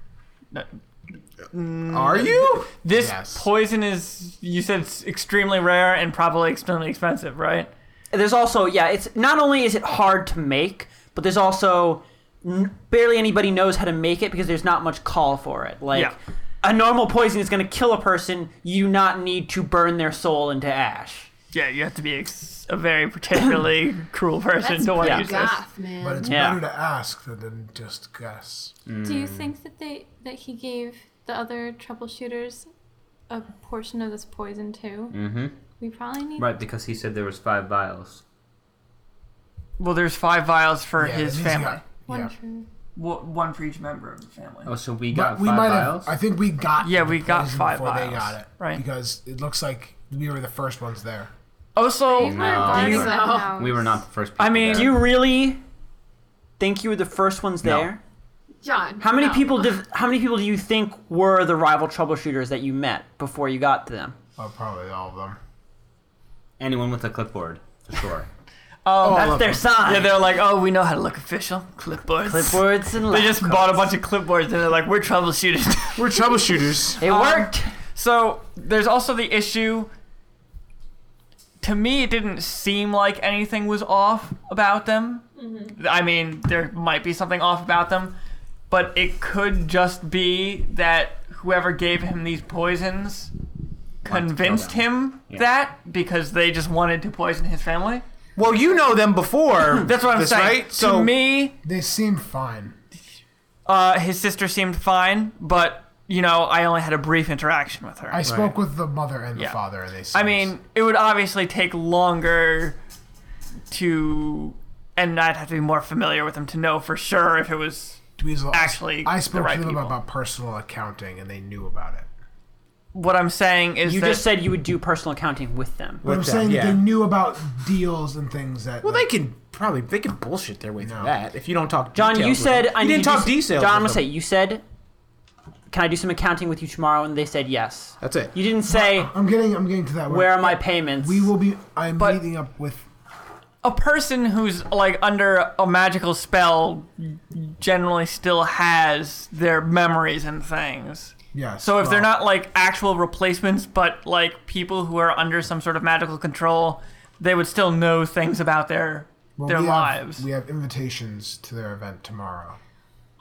S8: Are you?
S6: This
S3: Yes.
S6: poison is, you said, it's extremely rare and probably extremely expensive, right?
S1: There's also yeah. It's not only is it hard to make, but there's also n- barely anybody knows how to make it because there's not much call for it. Like.
S6: Yeah.
S1: A normal poison is going to kill a person. You not need to burn their soul into ash.
S6: Yeah, you have to be ex- a very particularly cruel person
S4: That's
S6: to want to
S4: pretty
S6: use this.
S4: goth, man.
S3: But it's
S1: Yeah.
S3: better to ask than to just guess.
S7: Do you think that they that he gave the other troubleshooters a portion of this poison too?
S2: Mm-hmm.
S7: We probably need.
S2: Right, because he said there was five vials.
S6: Well, there's five vials for
S3: Yeah,
S6: his
S3: he's
S6: family.
S3: got-
S7: One
S3: yeah.
S7: true.
S6: Wo- one for each member of the family.
S2: Oh, so we got
S3: But we
S2: five
S3: might
S2: vials.
S3: have. I think we got.
S6: Yeah,
S3: the
S6: we got
S3: poison
S6: five
S3: before they
S6: vials,
S3: got it.
S6: right.
S3: Because it looks like we were the first ones there.
S6: Also,
S2: No,
S7: Guarding
S2: we, were,
S7: that
S6: oh,
S7: house.
S2: we were not the first. People
S6: I mean,
S2: there.
S1: Do you really think you were the first ones
S2: No.
S1: there?
S4: John,
S1: How many
S4: no.
S1: people? Div- how many people do you think were the rival troubleshooters that you met before you got to them?
S3: Oh, probably all of them.
S2: anyone with a clipboard for sure.
S1: That's their sign.
S6: yeah, they're like, oh, we know how to look official. Clipboards.
S1: Clipboards and
S6: They
S1: lab
S6: just
S1: coats.
S6: bought a bunch of clipboards and they're like, we're troubleshooters.
S8: We're troubleshooters.
S1: It worked.
S6: So there's also the issue. To me, it didn't seem like anything was off about them. I mean, there might be something off about them, but it could just be that whoever gave him these poisons
S2: kill
S6: convinced
S2: them.
S6: him
S2: Yeah.
S6: that because they just wanted to poison his family.
S8: Well, you know them before.
S6: That's what I'm
S8: this,
S6: saying.
S8: Right?
S6: To
S8: So
S6: me,
S3: They seem fine.
S6: uh, his sister seemed fine, but you know, I only had a brief interaction with her.
S3: I spoke with the mother and the
S6: Yeah.
S3: father, and they. Seemed,
S6: I mean, it would obviously take longer to, and I'd have to be more familiar with them to know for sure if it was.
S3: Dweezil,
S6: actually
S3: I
S6: the
S3: spoke
S6: right
S3: to them
S6: people.
S3: about personal accounting, and they knew about it.
S6: What I'm saying is
S1: You
S6: that
S1: just said you would do personal accounting with them.
S3: But I'm
S8: With them,
S3: saying
S8: yeah.
S3: that they knew about deals and things that.
S8: well, they can probably they can bullshit their way through
S3: No.
S8: that if you don't talk.
S1: John, you
S8: details with
S1: said
S8: them.
S1: I
S8: you
S1: need
S8: didn't
S1: to do
S8: talk
S1: s-
S8: details.
S1: John, I'm gonna
S8: with
S1: say
S8: them.
S1: you said, "Can I do some accounting with you tomorrow?" And they said yes.
S8: That's it.
S1: You didn't say
S3: I'm getting. I'm getting to that.
S1: where are my payments.
S3: We will be. I'm
S6: But-
S3: meeting up with.
S6: a person who's like under a magical spell generally still has their memories and things.
S3: Yes.
S6: So if they're
S3: well,
S6: not like actual replacements, but like people who are under some sort of magical control, they would still know things about their
S3: well,
S6: their
S3: we have-
S6: lives.
S3: we have invitations to their event tomorrow.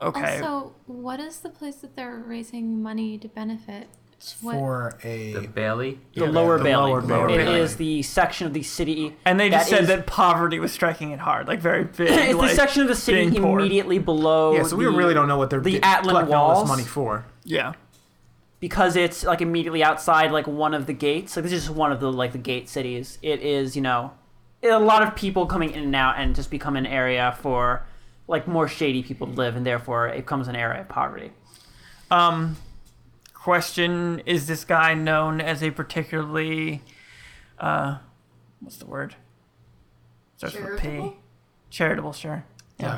S6: okay.
S7: Also, what is the place that they're raising money to benefit? What?
S3: for a
S2: The Bailey?
S1: the lower
S8: the
S1: Bailey.
S8: lower Bailey.
S1: It
S6: Lower Bailey.
S1: is the section of the city.
S6: and they
S1: that
S6: just said
S1: is-
S6: that poverty was striking it hard, like very big.
S1: it's
S6: like,
S1: the section of the city
S6: being poor.
S1: immediately below.
S8: Yeah, so we
S1: the-
S8: really don't know what they're
S1: the
S8: getting-
S1: Atlan
S8: collecting all
S1: walls.
S8: this money for.
S6: Yeah.
S1: because it's like immediately outside like one of the gates. Like this is just one of the like the gate cities. It is you know a lot of people coming in and out and just become an area for like more shady people to live and therefore it becomes an area of poverty.
S6: Um, question: Is this guy known as a particularly, uh, what's the word? Starts with a P.
S4: Charitable?
S6: Charitable, sure.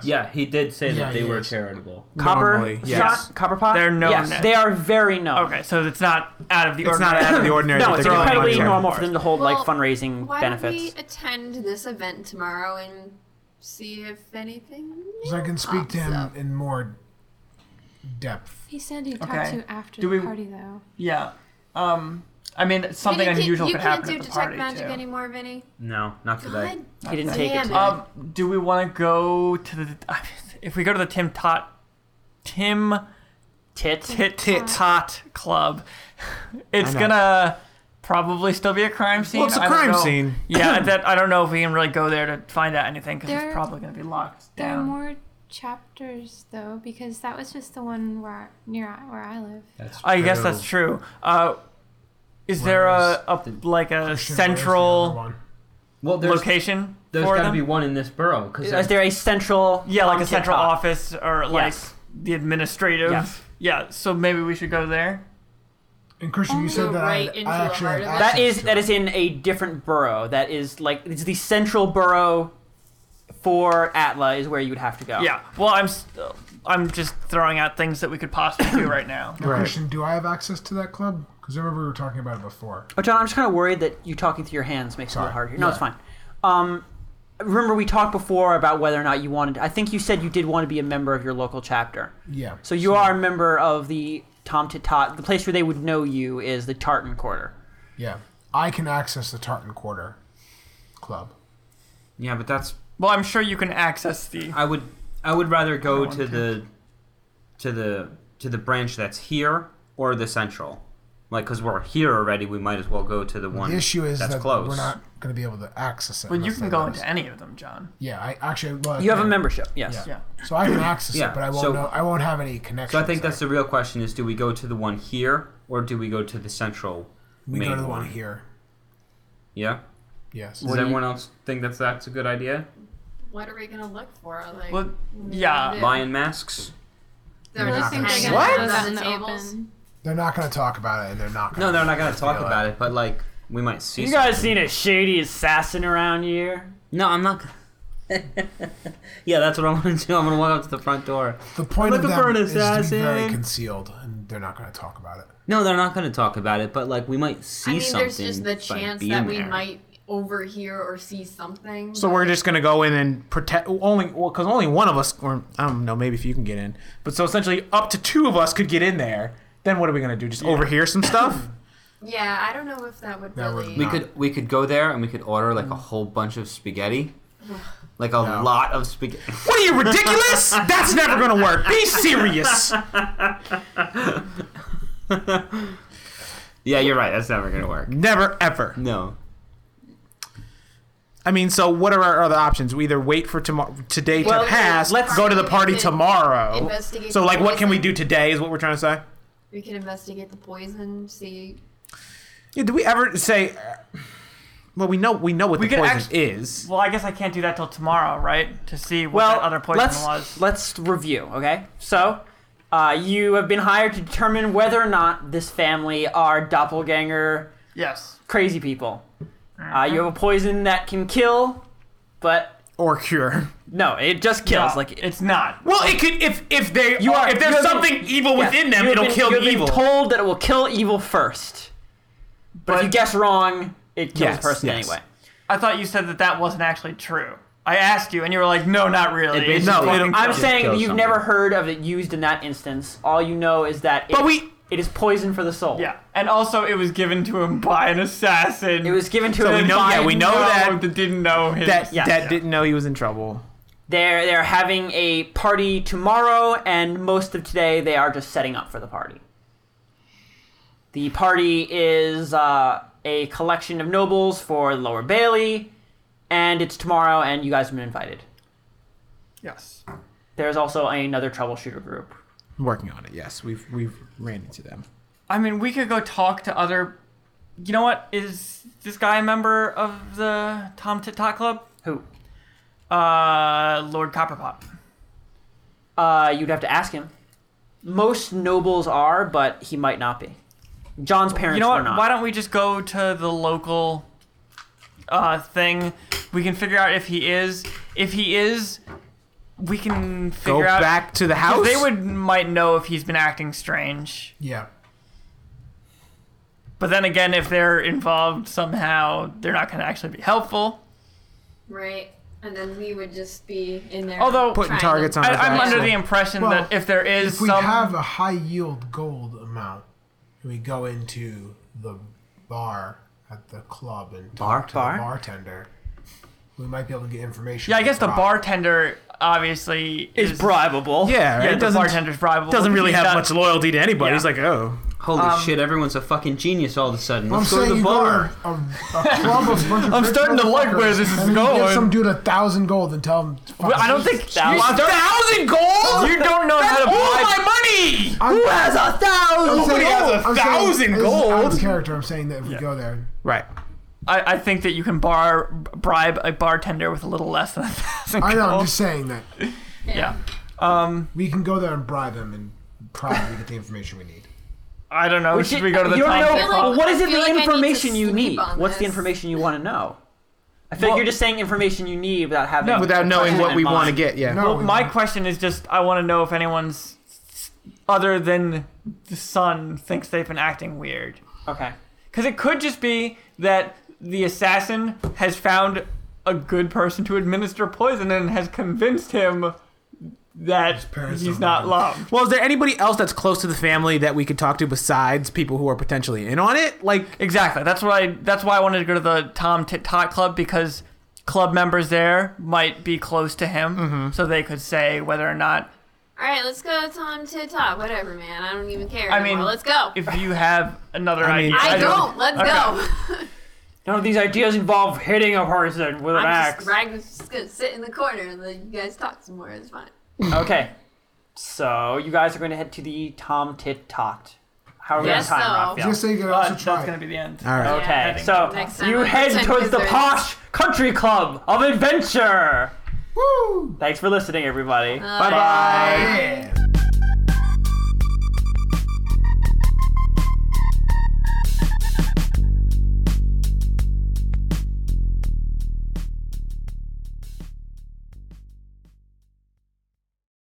S2: Yeah, he did say
S3: Yeah,
S2: that they
S3: he
S2: were
S3: is.
S2: charitable.
S1: Copper
S8: Normally, yes.
S1: shot, copper pot.
S6: They're known
S1: Yes,
S6: as-
S1: they are very known.
S6: Okay, so it's not out of the
S8: It's
S6: ordinary.
S8: not out of the ordinary.
S1: No,
S8: that
S1: it's
S8: they're getting
S1: incredibly
S8: money.
S1: normal for them to hold like
S4: Well,
S1: fundraising
S4: Why
S1: benefits.
S4: don't we attend this event tomorrow and see if anything?
S3: So I can speak to him
S4: Awesome.
S3: in more depth.
S7: He said he'd talk
S6: Okay.
S7: to you after
S6: Do
S7: the
S6: we-
S7: party, though.
S6: Yeah. Um, I mean, something
S4: Vinny, can-
S6: unusual
S4: you
S6: could
S4: can't
S6: happen
S4: do
S6: at the
S4: detect
S6: party
S4: magic
S6: too.
S4: anymore, Vinny.
S2: No, not today.
S4: God
S1: he didn't take it.
S4: damn
S1: to-
S4: it.
S6: Um, do we want to go to the? If we go to the Tim Tot, Tim
S1: Tit.
S6: Tit Tit Tot Club, it's
S8: I know.
S6: gonna probably still be a crime scene.
S8: Well, it's a
S6: I don't
S8: crime
S6: know.
S8: scene.
S6: Yeah, that I don't know if we can really go there to find out anything because
S7: There-
S6: it's probably gonna be locked
S7: There are
S6: down.
S7: more chapters though, because that was just the one where near I- where I live.
S2: That's
S6: I guess that's true. Uh, is there a, a like a
S3: Shit, where's the other
S6: central
S3: one?
S2: Well, there's,
S6: location
S2: there's
S6: for
S2: got to
S6: them?
S2: be one in this borough. Cause
S1: Is there a central?
S6: Yeah, like
S1: um,
S6: a
S1: Tit
S6: central
S1: Tot?
S6: office or like
S1: Yes.
S6: the administrative.
S1: Yeah.
S6: Yeah, so maybe we should go there.
S3: And Christian, you
S7: Only
S3: said that
S4: right
S3: I,
S4: into
S3: I
S4: the
S3: actually
S4: heart
S3: had
S4: of it.
S1: That
S3: access
S1: is
S3: to
S1: that
S3: it.
S1: is in a different borough. That is like it's the central borough for Atla is where you would have to go.
S6: Yeah. Well, I'm s- uh, I'm just throwing out things that we could possibly do right now.
S3: Now, Christian, do I have access to that club? Because I remember we were talking about it before.
S1: Oh, John, I'm just kind of worried that you talking through your hands makes it a
S3: Sorry.
S1: little hard here. No,
S3: Yeah.
S1: it's fine. Um, remember we talked before about whether or not you wanted. I think you said you did want to be a member of your local chapter.
S3: Yeah.
S1: So you are a member of the Tom Tit Tot. The place where they would know you is the Tartan Quarter.
S3: Yeah. I can access the Tartan Quarter Club.
S2: yeah, but that's
S6: Well, I'm sure you can access the.
S2: I would I would rather go to the to the to the branch that's here or the central. Like cuz we're here already, we might as well go to the one
S3: The issue is
S2: that's
S3: that
S2: close.
S3: we're not going to be able to access it.
S6: Well, you
S3: unless
S6: can
S3: they
S6: go
S3: let
S6: into
S3: us-
S6: any of them, John.
S3: Yeah, I actually. Well,
S1: You have a
S3: yeah.
S1: membership, yes.
S6: Yeah.
S3: So I can access
S2: Yeah,
S3: it, but I won't
S2: so-
S3: know. I won't have any
S2: so
S3: connection.
S2: I think that's the real question is do we go to the one here or do we go to the central
S3: we
S2: main
S3: go to the one here.
S2: Yeah?
S3: Yes.
S2: Does everyone else think that's that's a good idea?
S4: What are we gonna look for? Like,
S6: Well, yeah.
S4: Yeah.
S2: Lion masks?
S4: they're
S3: Really
S4: just
S3: think they're
S4: hanging
S3: gonna
S4: out
S7: throw
S4: on
S7: that in
S4: the
S7: the
S4: tables.
S7: open?
S3: They're not going to talk about it, and they're not. Gonna
S2: No, they're not going to talk
S3: feel
S2: about it, but like we might see
S1: You guys
S2: something.
S1: seen a shady assassin around here?
S2: No, I'm not. yeah, that's what I'm gonna do. I'm gonna walk up to the front door.
S3: The point of
S2: Looking for
S3: them
S2: an
S3: is to be very
S2: assassin.
S3: concealed, and they're not going to talk about it.
S2: No, they're not gonna talk about it, but like we might see
S4: I mean,
S2: something.
S4: there's just the
S2: by
S4: chance
S2: being
S4: that we
S2: there.
S4: might overhear or see something.
S8: So we're just gonna go in and protect only because only one of us, or I don't know, maybe if you can get in, but so essentially up to two of us could get in there. Then what are we gonna do? Just overhear some stuff?
S4: Yeah, I don't know if that would
S3: That would
S4: really.
S2: We
S3: No.
S2: could we could go there and we could order like a
S4: Mm.
S2: whole bunch of spaghetti, like a
S3: No.
S2: lot of spaghetti.
S8: what are you ridiculous? That's never gonna work. Be serious.
S2: yeah, you're right. That's never gonna work.
S8: Never ever.
S2: No.
S8: I mean, so what are our other options? We either wait for tomorrow today
S1: Well,
S8: to pass,
S1: let's-
S8: go to the party
S4: Investigate-
S2: Oh.
S8: tomorrow.
S4: investigate
S8: So,
S4: the
S8: like, what can we
S4: poison.
S8: do today? Is what we're trying to say.
S4: We can investigate the poison, see.
S8: Yeah, do we ever say? Well, we know we know what
S6: We
S8: the
S6: could
S8: poison
S6: act-
S8: is.
S6: Well, I guess I can't do that till tomorrow, right? To see what
S1: Well,
S6: that other poison
S1: let's,
S6: was.
S1: Let's review, okay? So, uh, you have been hired to determine whether or not this family are doppelganger
S6: yes.
S1: crazy people. Uh, you have a poison that can kill, but
S8: Or cure.
S1: no, it just kills.
S6: No,
S1: Like it,
S6: it's not.
S8: Well, it could if if they you
S1: are-
S8: if there's
S1: you have
S8: something evil
S1: yes,
S8: within them,
S1: you have
S8: it'll
S1: been-
S8: kill
S1: you have
S8: evil.
S1: Been told that it will kill evil first, but, if
S6: But-
S1: you guess wrong, it kills
S8: Yes,
S1: the person
S8: yes.
S1: anyway.
S6: I thought you said that that wasn't actually true. I asked you, and you were like, "No, not really."
S2: It
S6: It's
S2: basically-
S6: just
S8: No,
S6: fucking
S8: it'll-
S1: I'm
S2: Just
S1: saying
S2: kill
S1: you've
S2: somebody.
S1: never heard of it used in that instance. All you know is that it,
S8: But we-
S1: it is poison for the soul.
S6: Yeah, and also it was given to him by an assassin.
S1: It was given to
S8: So
S1: him
S8: we know-
S1: by
S8: yeah, we know that-
S6: that didn't know his.
S8: that
S1: Yeah.
S8: that didn't know he was in trouble.
S1: They're they're having a party tomorrow, and most of today they are just setting up for the party. The party is uh, a collection of nobles for Lower Bailey, and it's tomorrow, and you guys have been invited.
S6: yes.
S1: There's also another troubleshooter group.
S8: Working on it. Yes, we've we've ran into them.
S6: I mean, we could go talk to other. You know what? Is this guy a member of the Tom Tit Tot Club?
S1: Who?
S6: Uh, Lord Copperpot.
S1: Uh, you'd have to ask him. Most nobles are, but he might not be. John's parents
S6: You know
S1: were
S6: what?
S1: not.
S6: Why don't we just go to the local uh, thing? We can figure out if he is. If he is, we can figure
S8: Go
S6: out.
S8: back to the
S6: 'cause
S8: house.
S6: They would might know if he's been acting strange.
S3: Yeah.
S6: But then again, if they're involved somehow, they're not going to actually be helpful.
S4: Right. And then we would just be in there.
S6: Although
S8: putting
S4: Trying to-
S8: targets on.
S6: I,
S8: his
S6: I'm
S8: back,
S6: under
S8: so-
S6: the impression
S3: Well,
S6: that if there is
S3: If we
S6: some,
S3: have a high yield gold amount, we go into the bar at the club and talk to
S1: Bar?
S3: the bartender. We might be able to get information.
S6: yeah, I
S3: on
S6: guess the
S3: Rob.
S6: bartender obviously is,
S1: It's bribable.
S8: Yeah,
S6: Yeah,
S8: right?
S6: the
S8: doesn't
S6: bartender's bribable.
S8: doesn't really
S6: He's
S8: have
S6: not-
S8: much loyalty to anybody.
S6: Yeah.
S8: He's like, oh,
S2: Holy shit! Everyone's a fucking genius all of a sudden.
S3: Um, I'm
S2: Let's go
S3: saying
S2: to the
S3: you
S2: bar.
S3: Go to a, a, a club of a bunch of
S6: I'm
S3: rich
S6: starting to like where this
S3: motherfuckers,
S6: is
S3: and then you Give
S6: going.
S3: some dude a thousand gold and tell him.
S6: Well, I don't think
S1: That was-
S8: thousand gold.
S6: you don't know how to bribe.
S8: money.
S1: Who has a thousand?
S8: Nobody has a
S3: I'm saying-
S8: thousand
S3: this is Out
S8: gold.
S3: of character, I'm saying that if we go there,
S8: Right.
S6: I, I think that you can bar bribe a bartender with a little less than a thousand.
S3: I know. I'm
S6: gold.
S3: just saying that
S6: yeah. Um,
S3: we can go there and bribe him and probably get the information we need.
S6: I don't know.
S1: We
S6: Should
S1: should-
S6: we go to the
S1: you don't
S6: Tom
S1: know-
S6: Tit Tot?
S1: well, what is
S4: I
S1: it? The
S4: feel like I need to
S1: information you
S4: sleep
S1: need.
S4: on
S1: What's the
S4: this.
S1: information you want to know? I feel like
S6: Well-
S1: you're just saying information you need without having
S8: Without knowing what we want to get. Yeah.
S3: No,
S6: Well,
S3: we
S6: my
S3: won't.
S6: question is just I want to know if anyone's other than the son thinks they've been acting weird.
S1: Okay.
S6: Because it could just be that the assassin has found a good person to administer poison and has convinced him that
S3: parents
S6: he's
S3: don't
S6: not
S3: love
S6: loved.
S8: Well, is there anybody else that's close to the family that we could talk to besides people who are potentially in on it? Like,
S6: Exactly. That's why. That's why I wanted to go to the Tom Tit Tot Club because club members there might be close to him, so they could say whether or not.
S4: All right, let's go to Tom to talk. Whatever, man. I don't even care.
S6: I
S4: anymore.
S6: mean,
S4: let's go.
S6: If you have another
S8: I mean-
S6: idea,
S4: I don't. Let's
S6: Okay.
S4: go.
S1: None of these ideas involve hitting a person with an
S4: I'm
S1: axe.
S4: just, Rag was just gonna sit in the corner and let you guys talk some more. It's fine.
S1: okay. So you guys are going to head to the Tom Tit Tot. How are we on
S4: Yes,
S1: time,
S4: so.
S1: Raphael?
S3: Just so you can
S6: But
S3: also
S6: that's
S3: try.
S6: gonna be the end.
S8: all right.
S1: Okay,
S6: Heading.
S1: so
S4: Next time
S1: you
S4: I'll
S1: head
S4: pretend
S1: towards the
S4: wizards.
S1: posh country club of adventure. Woo! Thanks for listening, everybody.
S4: Bye.
S3: Yeah.